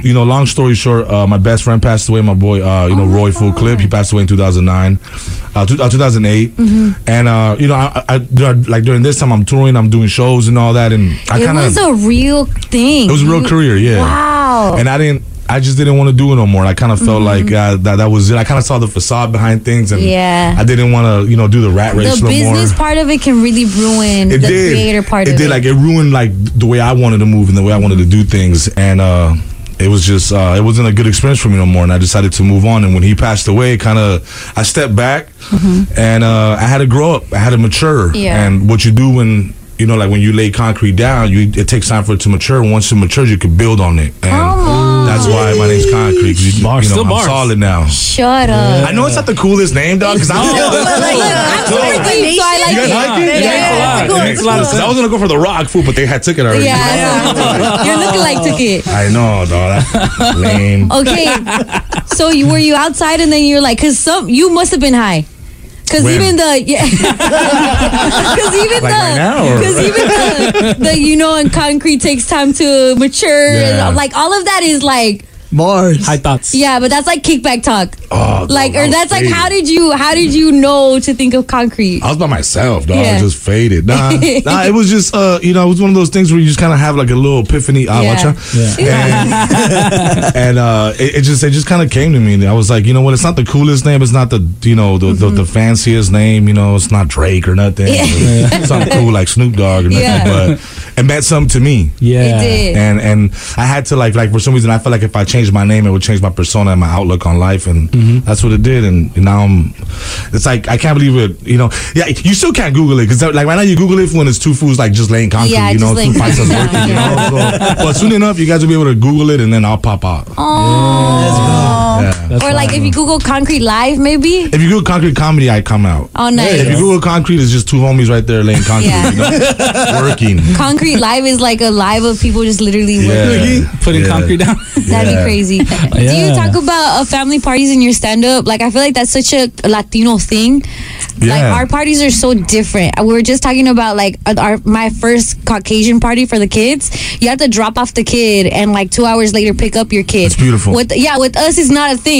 you know, long story short, uh, my best friend passed away. My boy, uh, you know,
Oh,
Roy Full Clip, he passed away in 2009, uh, two, uh, 2008. And, uh, you know, I, I, during- like during this time, I'm touring, I'm doing shows and all that. And I
it
kind
was
of,
a real thing.
it was a real
You-
career, yeah.
Wow.
And I didn't, I just didn't want to do it no more. I kind of felt like uh, that, that was it. I kind of saw the facade behind things and
Mm-hmm. Yeah.
I didn't want to, you know, do the rat race
the
no more.
business part of it can really ruin the creator part
it
of
did
it.
like it ruined like the way I wanted to move and the way I wanted to do things and uh it was just uh it wasn't a good experience for me no more and I decided to move on and when he passed away kind of I stepped back and uh I had to grow up I had to mature
Yeah.
and what you do when you know like when you lay concrete down you it takes time for it to mature once it matures you can build on it and that's why my name's concrete 'cause you, you know
still
I'm
bars.
solid now
Shut up.
I know it's not the coolest name dog cuz I don't
No, but like, I'm
No.
pretty deep, so I like
You guys
it.
like it?
Yeah, it's cool, it's cool.
I was gonna go for the rock food, but they had took it already.
Yeah, your lookalike took it.
I know, dog. That's lame.
Okay, so you were you outside and then you're like, cause some you must have been high, cause
When?
even the yeah, cause even
Like right now,
the
or-
cause even the, the you know and concrete takes time to mature and
Yeah.
I'm like all of that is like
Mars.
High thoughts.
yeah, but that's like kickback talk.
Oh, dog,
like
I
or
was
that's like
faded.
how did you how did you know to think of concrete?
I was by myself, dog.
Yeah.
I just faded. Nah, nah. It was just, uh, you know, it was one of those things where you just kind of have like a little epiphany. Ah,
Yeah.
watch out. And, and, uh, it, it just, it just kind of came to me. And I was like, you know what? It's not the coolest name. It's not the, you know, the the, the fanciest name. You know, it's not Drake or nothing.
Mm-hmm. Yeah.
It's not cool like Snoop Dogg or nothing.
Yeah.
But it meant something to me.
Yeah. It did.
And and I had to like like for some reason I felt like if I changed my name it would change my persona and my outlook on life and that's what it did and now I'm it's like I can't believe it you know yeah you still can't Google it because like right now you Google it when it's two fools like just laying concrete
Yeah,
you know
just laying
two pints of
concrete
working, you know
down.
so, but soon enough you guys will be able to Google it and then I'll pop out.
Oh.
Yeah.
or like if you Google concrete live, maybe.
If you Google concrete comedy, I come out.
Oh, nice.
If you Google concrete, it's just two homies right there laying concrete,
Yeah.
you know, working.
Concrete live is like a live of people just literally working.
Yeah.
Putting concrete down.
That'd be crazy. Do you
Yeah.
talk about uh, family parties in your stand up? Like, I feel like that's such a Latino thing. Like,
Yeah.
our parties are so different. We were just talking about, like, uh, our my first Caucasian party for the kids. You have to drop off the kid and, like, two hours later pick up your kid. It's
beautiful.
With, yeah, with us, it's not a thing.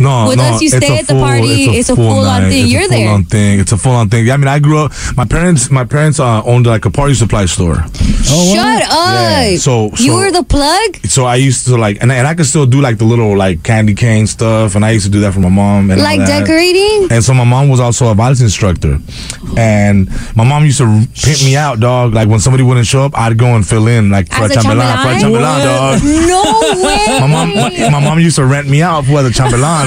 No,
With
no,
us, you
it's
stay
a
at the
full-
party. It's a full on
night.
thing.
It's
You're
a
there.
full-on thing. It's a full on thing. I mean, I grew up. My parents, my parents uh, owned like a party supply store.
Shut up.
Oh, Yeah. So-
you
so-
were the plug?
So I used to like, and, and I could still do like the little like candy cane stuff, and I used to do that for my mom. And all
Like
that.
decorating?
And so my mom was also a violence instructor, and my mom used to r- pimp me out, dog. Like when somebody wouldn't show up, I'd go and fill in like for a
As a
chambelán, for a chambelán, dog.
No way.
My mom, my, my mom used to rent me out for the chambelán,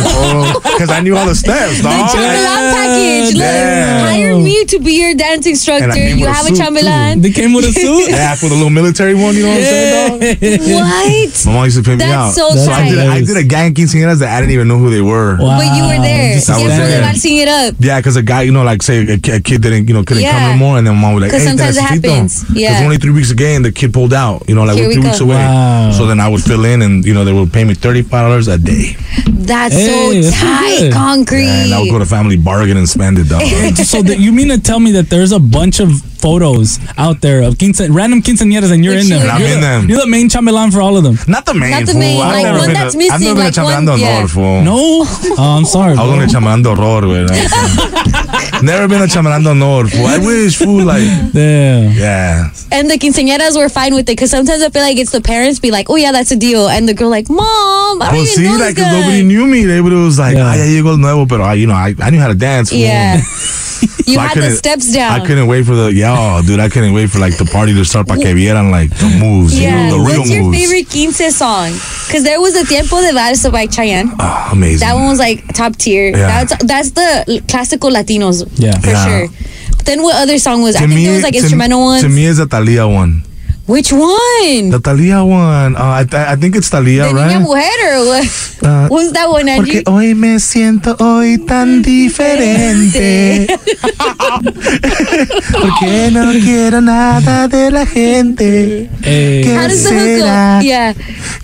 because I knew all the steps,
The
dog.
chambelán
Like-
package. Look,
Yeah.
hire me to be your dance
And I
instructor.
came
You
with
have a,
suit,
chambelán.
too. Yeah, for the little military one, you know what I'm saying, dog?
What?
My mom used to pimp me out.
That's so That's
I did, I
tight.
did a gang quinceañeras that I didn't even know who they were.
But you were there.
I was
Siempre
there.
le valsing it up.
Yeah, because a guy, you know, like say a, ki- a kid didn't, you know, couldn't
Yeah.
come anymore, and then mom was like,
'Cause
"Hey,
sometimes it
that's Tito."
happens. Yeah.
we're only three weeks again, the kid pulled out. You know, like
Here
we're
we
three weeks
go.
away. So then I would fill in, and you know, they would pay me thirty five dollars a day.
That's
Hey,
so
that's
tight,
good.
concrete.
And I would go to Family Bargain and spend it, dog.
so that you mean to tell me that there's a bunch of photos out there of quince- random quinceañeras and you're in them.
And I'm
You're
in
the-
them.
You're the main chambelán for all of them.
Not the main.
Not the
fool.
main,
I've
like,
never
one
been
that's
a- I've
missing,
never
like,
been
one-
chambeando
yeah.
honor, fool.
No, oh, I'm sorry.
I was only chambeando horror, güey. you know what I'm saying? Never been a chambeando honor, fool. I wish, fool. Like,
yeah,
yeah.
And the quinceañeras were fine with it because sometimes I feel like it's the parents be like, oh yeah, that's a deal, and the girl like, mom, I don't
Well,
even
see,
know
like,
this
'cause
guy.
nobody knew me. They would it was like, ah, yeah, you go nuevo, but I, you know, I, I knew how to dance. Fool.
Yeah. you
So I
had the
couldn't-
steps down.
I couldn't wait for the yeah, oh, dude. I couldn't wait for like the party to start para que vieran like the moves,
Yeah.
you know, the real
What's your
moves.
favorite quince song? Because there was a tiempo de valsa by Cheyenne.
Ah, Amazing.
That one was like top tier.
Yeah.
That's that's the l- classical Latinos.
Yeah.
for
Yeah.
sure. But then what other song was? I think there was like
to-
instrumental ones.
To me, is the Thalia one.
Which one?
The Thalia one. Uh, I, I think it's Thalia,
The
right?
Niña Mujer or what?
Uh,
What was that one,
Porque
Angie?
hoy me siento hoy
Mm.
tan diferente. Porque no quiero nada de la gente.
How
Eh.
¿Qué
does the hook
será?
go? Yeah.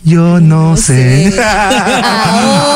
Yo no sé. that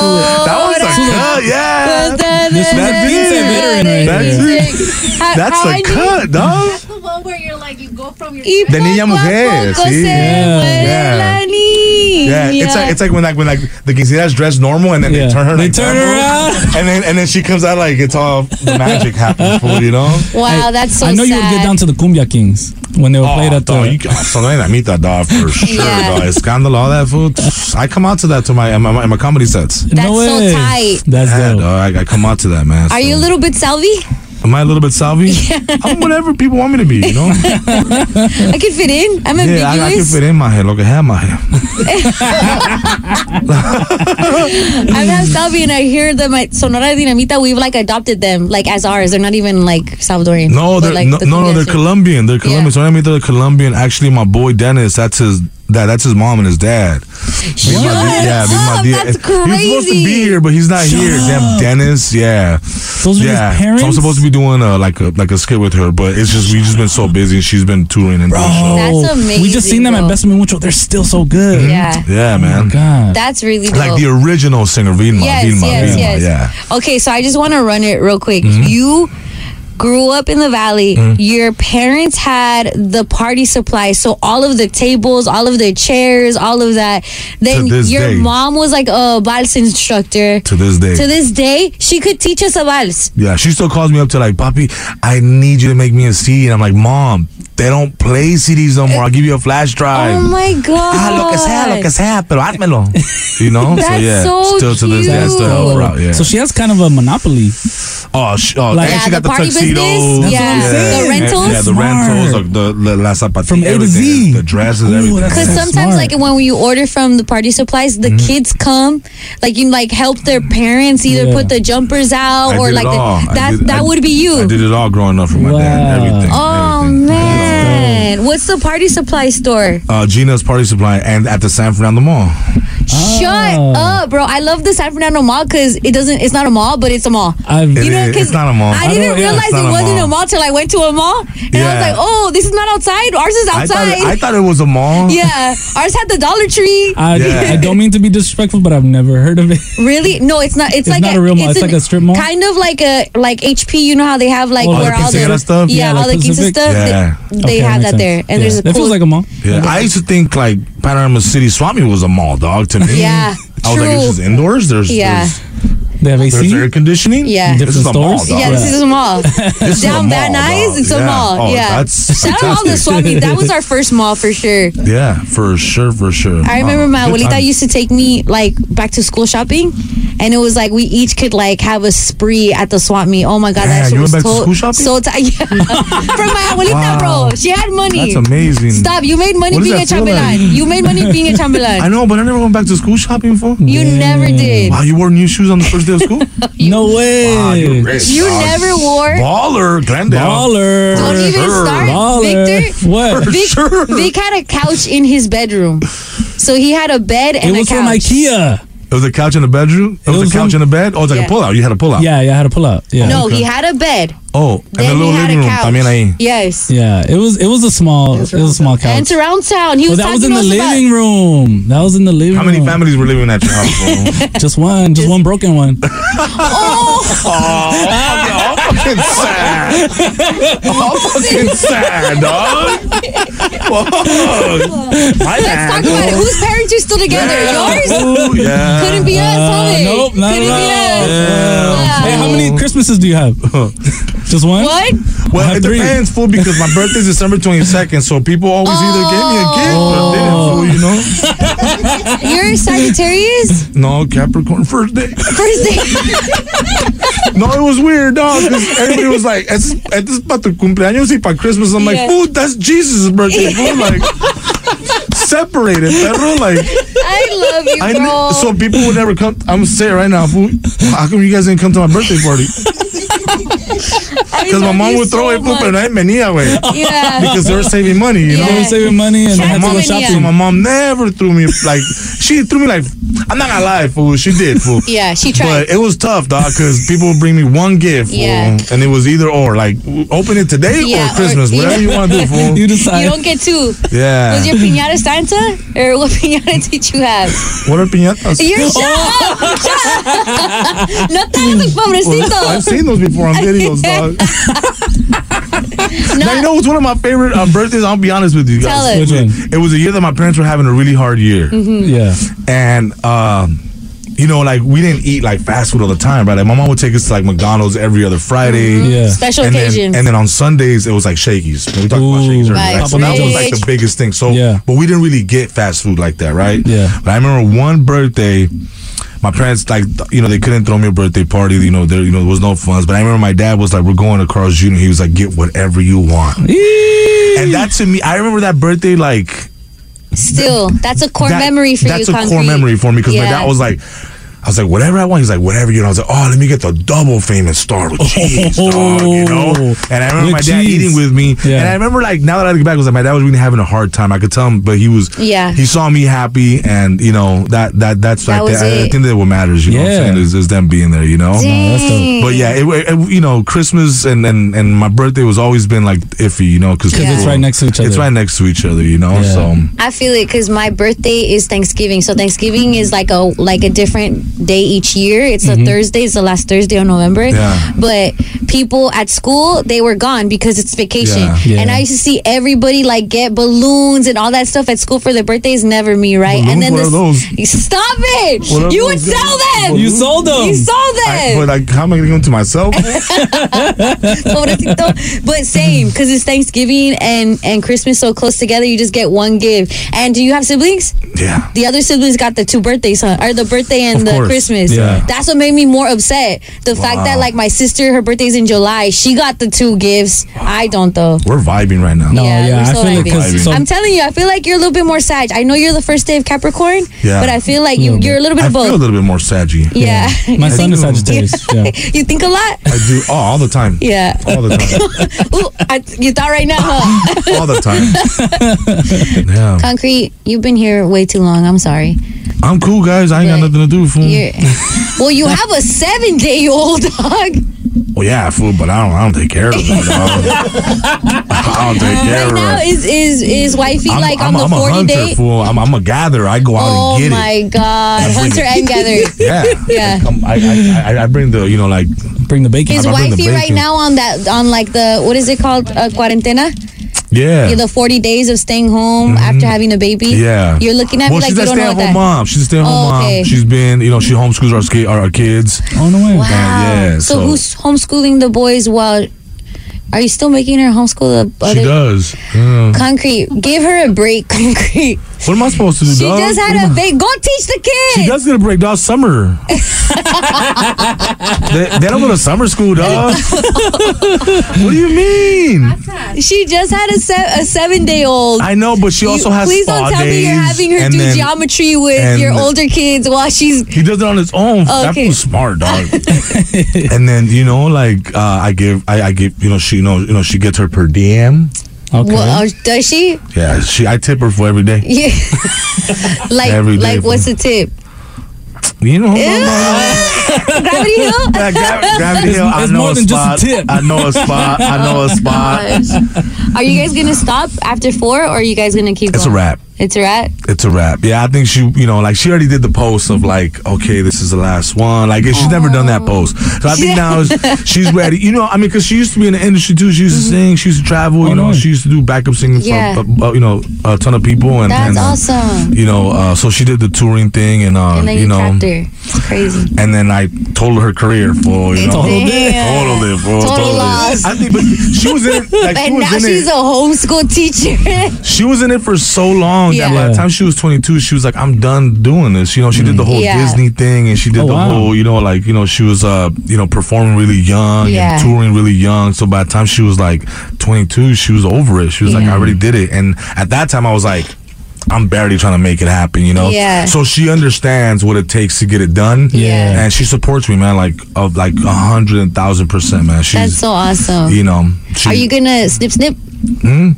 was a
Ahora.
cut, yeah.
This
That's
is a
it.
quince veteran right
That's
there.
it.
How-
That's
how
a
I knew-
cut, dog.
That's the one where you're like, you go from your.
De niña mujer,
poco
sí.
se
Yeah.
La niña.
Yeah, it's like it's like when like when like the quinceañera's dressed normal and then they turn her they
turn her
around and then and then she comes out like it's all the magic happens, fool, you know.
Wow, that's so
I know you would get
sad.
down to the cumbia kings when they were played at uh,
Oh,
the.
you got so I meet that dog for sure,
Yeah.
dog. It's Scandal, all that food. Pff, I come out to that to my in my, in my comedy sets.
That's so way. tight.
That's yeah, dog, I, I come out to that, man.
Are you a little bit salvy?
Am I a little bit salvy? I'm whatever people want me to be, you know.
I can fit in. I'm ambiguous.
yeah, I, I can fit in my hair. Look, I have my hair.
I'm not Salvi, and I hear them at Sonora Dinamita. We've like adopted them, like as ours. They're not even like Salvadorian.
No,
But,
Oh, they're
like,
no,
the
no, no,
Colombian
they're
shit.
Colombian. They're Colombian. So I mean, they're Colombian. Actually, my boy Dennis, that's his that that's his mom and his dad. Shut yeah, be my dear. That's crazy. He's supposed to be here, but he's not here. Damn, Dennis. Yeah, those
are his
yeah. So I'm
parents?
supposed to be doing a, like a like a skit with her, but it's just we've just been so busy. and She's been touring and doing shows.
That's amazing.
We just seen them at
bro.
Best of Mucho. They're still so good.
Yeah.
Yeah, man.
That's really dope.
Like the original singer, Vilma.
Yes,
Vilma,
yes,
Vilma.
yes.
Yeah. Mm-hmm.
Okay, so I just want to run it real quick. You grew up in the valley. Your parents had the party supplies, so all of the tables, all of the chairs, all of that. Then
this
your
day.
mom was like a vals instructor.
To this day.
To this day, she could teach us a vals.
Yeah, she still calls me up to like, Papi, I need you to make me a C. And I'm like, Mom, They don't play CDs no more. I'll give you a flash drive.
Oh my god.
Ah, lo que sea, lo que sea, pero házmelo. You know?
That's so
still to this day, I still help her out. Yeah.
So she has kind of a monopoly.
Oh, sh- oh
Like-
and
Yeah,
she got
the
the,
party business, That's
tuxedos.
yeah. what I'm saying. The rentals.
Yeah, the
Smart.
rentals, like the, the la zapatillas,
From A to
everything,
Z.
the dresses, everything.
Because sometimes, like when you order from the party supplies,
Mm-hmm.
the kids come, like you like help their parents
Yeah.
either put the jumpers out
I
Oh, or
did
like
it all.
the,
I
that.
did-
that
I-
would be
I
you.
did it all growing up for my dad. Everything.
Oh man, what's the party supply store?
Uh, Gina's Party Supply and at the San Fernando Mall.
Shut up, bro! I love the San Fernando Mall because it doesn't. It's not a mall, but it's a mall.
I've,
you know,
it's not a mall.
I didn't
don't- Oh, yeah,
realize
it's not
it wasn't a
mall.
mall till I went to a mall, and I
Yeah.
was like, "Oh, this is not outside. Ours is
I thought,
outside."
it, I thought it was a mall.
yeah, ours had the Dollar Tree.
I,
Yeah.
I don't mean to be disrespectful, but I've never heard of it.
Really? No, it's not.
It's
It's, like
not a real mall, it's
an-
like a strip mall?
Kind of like a like HP. You know how they have like
Oh,
where
like
all the
Pacifica stuff?
Yeah,
Yeah,
all
like
the pizza
Pacific?
stuff. they-
Yeah.
They,
Okay,
have
makes
that there,
sense.
and there's a
That
cool.
feels like a
mall.
Yeah, I used to think like Panorama City Swami was a mall, dog. To me,
Yeah,
I was like,
true.
it's just indoors. There's,
Yeah.
there's they have AC, there's air conditioning.
Yeah.
this is a mall, dog.
yeah, this is a mall.
is a mall,
Down Van Nuys,
dog.
it's a
Yeah.
mall.
Oh,
yeah.
that's
Shout out all the
fantastic.
Swami. That was our first mall for sure.
Yeah, for sure, for sure.
I remember my
Good
abuelita
times.
used to take me like back to school shopping, and it was like we each could like have a spree at the swap meet. Oh my god,
Yeah,
that shit
you
was
went back to
so
school shopping?
so ti- yeah. from my abuelita,
Wow.
bro. She had money.
That's amazing.
Stop! You made money
What does
being a
that feel like?
chambelán. You made money being a chambelán.
I know, but I never went back to school shopping for.
You never did.
Wow, you wore new shoes on the first day of school?
no way.
Wow, you're rich,
You
dog.
never wore.
Baller, Glendale.
Baller.
Don't even start, Victor.
What?
Vic, Vic had a couch in his bedroom, so he had a bed and a couch.
IKEA.
It was a couch in a bedroom. It, was,
was
a couch
from-
in a bed. Oh, it's like
Yeah.
a pullout. You had a pullout.
Yeah, yeah, I had a pull out. Yeah.
No, he had a bed.
Oh, and a
Then
little
he had
living
a
room.
couch.
I mean, I.
Yes.
Yeah, it was it was a small it was a small couch.
And surround sound. He
Oh,
was
that was
talking
in the
to us about
living room. That was in the living room. How many
families were living at your house?
just one, just one broken one.
Oh, I'm fucking sad. I'm
Oh,
fucking sad, dog. Fuck. My
Let's
bad.
talk about it. Whose parents are still together? Yours?
Ooh, yeah.
Couldn't be us,
Uh,
homie.
nope, not
Couldn't
at all.
be us.
Hey, how many Christmases do you have? Just one.
What?
Well,
have
it
three.
depends, fool, because my birthday's December 22nd, so people always either gave me a gift or they didn't, fool, you know?
You're Sagittarius?
No, Capricorn first day.
First day.
No, it was weird, dog. 'cause Everybody was like, "Es this para tu cumpleaños y para Christmas." I'm like,
Yeah.
"Food, that's Jesus' birthday." Food, like, separated, perro. Like,
I love you,
I
bro.
ne- so people would never come. I'm saying right now, fool. How come you guys didn't come to my birthday party? Because my
love
mom
you
would throw
so
it, fool,
much.
pero nadie venía, güey.
Yeah.
Because they were saving money, you know.
They were saving money and they had to
My
go
mom, so
shopping.
my mom never threw me like she threw me like I'm not gonna lie, fool. She did, fool.
Yeah, she tried.
But it was tough, dog, because people would bring me one gift, fool,
Yeah.
and it was either or, like w- open it today
Yeah,
or Christmas,
or-
whatever you want to do, fool.
You decide.
You don't get two.
Yeah.
Was your piñata Santa? Or what piñata did you have?
What are piñatas?
You're shut up! Shut up! No te hagas el
Well, I've
pobrecito.
seen those before on videos, dog. Now, you know, it's one of my favorite uh, birthdays. I'll be honest with you guys.
Tell us. Which
It was a year that my parents were having a really hard year.
Mhm.
Yeah.
And, um, you know, like we didn't eat like fast food all the time, right? Like my mom would take us to like McDonald's every other Friday.
Mhm. Yeah. Special
and
occasions.
Then, and then on Sundays it was like Shakey's. We talked about Shakey's earlier.
Right.
Right? So that was like the
Rich.
biggest thing. So, but we didn't really get fast food like that, right?
Yeah.
But I remember one birthday, my parents like th- you know they couldn't throw me a birthday party. You know there you know there was no funds. But I remember my dad was like, "We're going to Carl's Jr." He was like, "Get whatever you want." and that to me, I remember that birthday like
Still, that's a core
that-
memory for
that's
you,
a core
concrete.
memory for me because my
Yeah.
dad was like. I was like, whatever I want. He's like, whatever you know. I was like, oh, let me get the double famous star with cheese, dog, you know. And I remember
Oh. With
my dad
cheese.
eating with me.
Yeah.
And I remember like now that I look back, it was like my dad was really having a hard time. I could tell him, but he was,
Yeah.
he saw me happy, and you know that that that's
That
like
was
I, I
it.
think that what matters. You know, what
Yeah.
I'm saying is, is them being there. You know,
No, that's dope.
but yeah, it, it, you know, Christmas and, and and my birthday was always been like iffy. You know, because
'Cause it's
right next to each
It's
other.
right next to each other. You know, so.
I feel it because my birthday is Thanksgiving, so Thanksgiving is like a like a different day each year. It's
Mhm.
Mm-hmm.
a Thursday. It's the last Thursday of November.
Yeah.
But people at school they were gone because it's vacation,
Yeah. Yeah.
and I used to see everybody like get balloons and all that stuff at school for their birthdays. Never me, right?
Balloons?
and then
What are
those? Stop it!
What are
you would
those?
sell them.
Balloons?
You sold
I-
them.
but like, how am I going to give them to myself?
Pobrecito. but same because it's Thanksgiving and and Christmas so close together. You just get one gift. And do you have siblings?
Yeah.
The other siblings got the two birthdays, huh? Or the birthday and
Of
the
course.
Christmas.
Yeah.
That's what made me more upset. The fact that
Wow.
like my sister, her birthday's in July. She got the two gifts. I don't though.
We're vibing right now.
No, yeah, we're so
like
happy. I'm telling you, I feel like you're a little bit more Sag. I know you're the first day of Capricorn,
Yeah.
but I feel like you, you're a little bit
I
of both.
feel a little bit more saggy.
Yeah. Yeah. My son is Sagittarius,
Yeah.
you think a lot?
I do oh, all the time.
Yeah.
All the time.
Ooh, I, you thought right now, huh?
All the time. Yeah.
Concrete, you've been here way too long. I'm sorry.
I'm cool, guys. I ain't got nothing to do for
You're, well, you have a seven day old dog.
Well, yeah, fool, but I don't. I don't take care of it. dog. I don't take care
Right
of it.
now, is is is wifey like
I'm,
on
I'm
the
a
40
hunter,
day?
fool. I'm, I'm a gatherer. I go out
Oh
and get it.
my God.
I
Hunter
bring it.
and gatherer.
Yeah.
Yeah.
Um, I, I, I, I bring the, you know, like
bring the bacon.
His
I bring the
wifey right
bacon.
now on that on like the what is it called uh, cuarentena?
Yeah. Mm-hmm.
The forty days of staying home after having a baby.
Yeah.
you're looking at
well,
me like
she's
you
a
don't know what
stay-at-home
that.
mom. She's a stay-at-home
Oh, okay.
mom. She's been, you know, she homeschools our, ski- our, our kids. Oh no way! yeah.
so,
So,
who's homeschooling the boys while? Are you still making her homeschool the
she
other?
does. Yeah.
Concrete, give her a break. Concrete.
What am I supposed to do?
She
dog?
just
What
had
am
a
I-
baby. Go teach the
Oh, She
kid.
does get a break, dog. Summer. they, they don't go to summer school, dog. what do you mean?
She just had a, se- a seven day old.
I know, but she also has
Please
spa
don't tell me you're
days,
having her
and
do
then-
geometry with
and-
your older kids while she's.
He does it on his own. That
Okay.
fool's smart, dog. and then you know, like uh, I give, I, I give, you know, she, you know, you know, she gets her per diem.
Well, oh, does she?
Yeah, she. I tip her for every day.
Yeah. like,
Every day,
like what's the tip?
You know,
Gravity Hill?
Gravity Hill. I know a spot. I know a spot. I know a spot.
Are you guys going to stop after four or are you guys going to keep
It's a
going?
wrap.
It's a wrap.
It's a wrap. Yeah, I think she, you know, like she already did the post of like, okay, this is the last one. Like, she's never done that post. So I think now is- she's ready. You know, I mean, because she used to be in the industry too. She used to sing, she used to travel, you know, she used to do backup singing
Yeah.
for, uh, uh, you know, a ton of people. And,
That's
and, uh,
awesome.
You know, uh, so she did the touring thing and, uh,
and then you,
you know,
trapped her. It's crazy.
and then I totaled her career for, you know.
Totaled it.
Totaled it, bro.
Total
totaled it.
loss.
I think, but she was in it. Like, she
and
was
now
in it.
she's a homeschool teacher.
She was in it for so long
Yeah.
that by the time she was 22, she was like, I'm done doing this. You know, she did the whole
Mm. Yeah.
Disney thing and she did
Oh,
the
wow.
whole, you know, like, you know, she was, uh, you know, performing really young
Yeah.
and touring really young. So by the time she was like 22, she was over it. She was like,
Yeah.
I already did it. And at that time, I was like, I'm barely trying to make it happen, you know.
Yeah.
So she understands what it takes to get it done.
Yeah.
And she supports me, man, like of like a hundred thousand percent, man. She's,
That's so awesome.
You know. She,
Are you going to snip snip?
Hmm?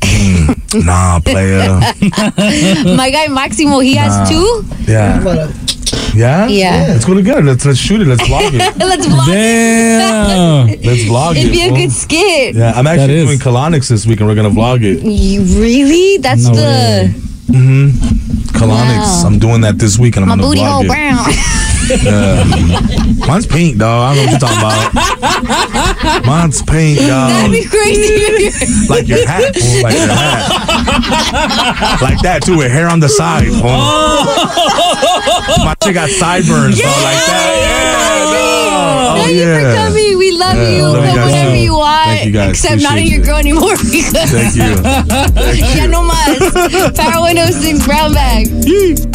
Mm, nah, player.
Hmm. My guy Maximo, he has
Nah.
two.
Yeah. Yeah?
Yeah.
Let's go together. Let's let's shoot it. Let's vlog it.
Let's vlog it.
Let's vlog
It'd
it,
be a
fool.
good skit.
Yeah, I'm actually doing colonics this week and we're gonna vlog it.
You really? That's
No
the
Mm-hmm. Colonics.
Wow.
I'm doing that this week and I'm
my
gonna
booty
vlog
hole
it.
brown.
Yeah. Mine's pink, dog. I don't know what you're talking about. Mine's pink,
That'd
dog.
be crazy.
um, Like your hat, fool, like your hat. Like that too, with hair on the side. fool. My chick got sideburns, yeah, like that. Yeah, dog. Oh, yeah.
Tommy, we love
Yeah.
you.
Love you
Come
guys
whenever
too.
you want.
Thank you guys.
Except not in
Appreciate
your
it.
girl anymore.
Thank you.
ya no más. Power 106 Brown Bag.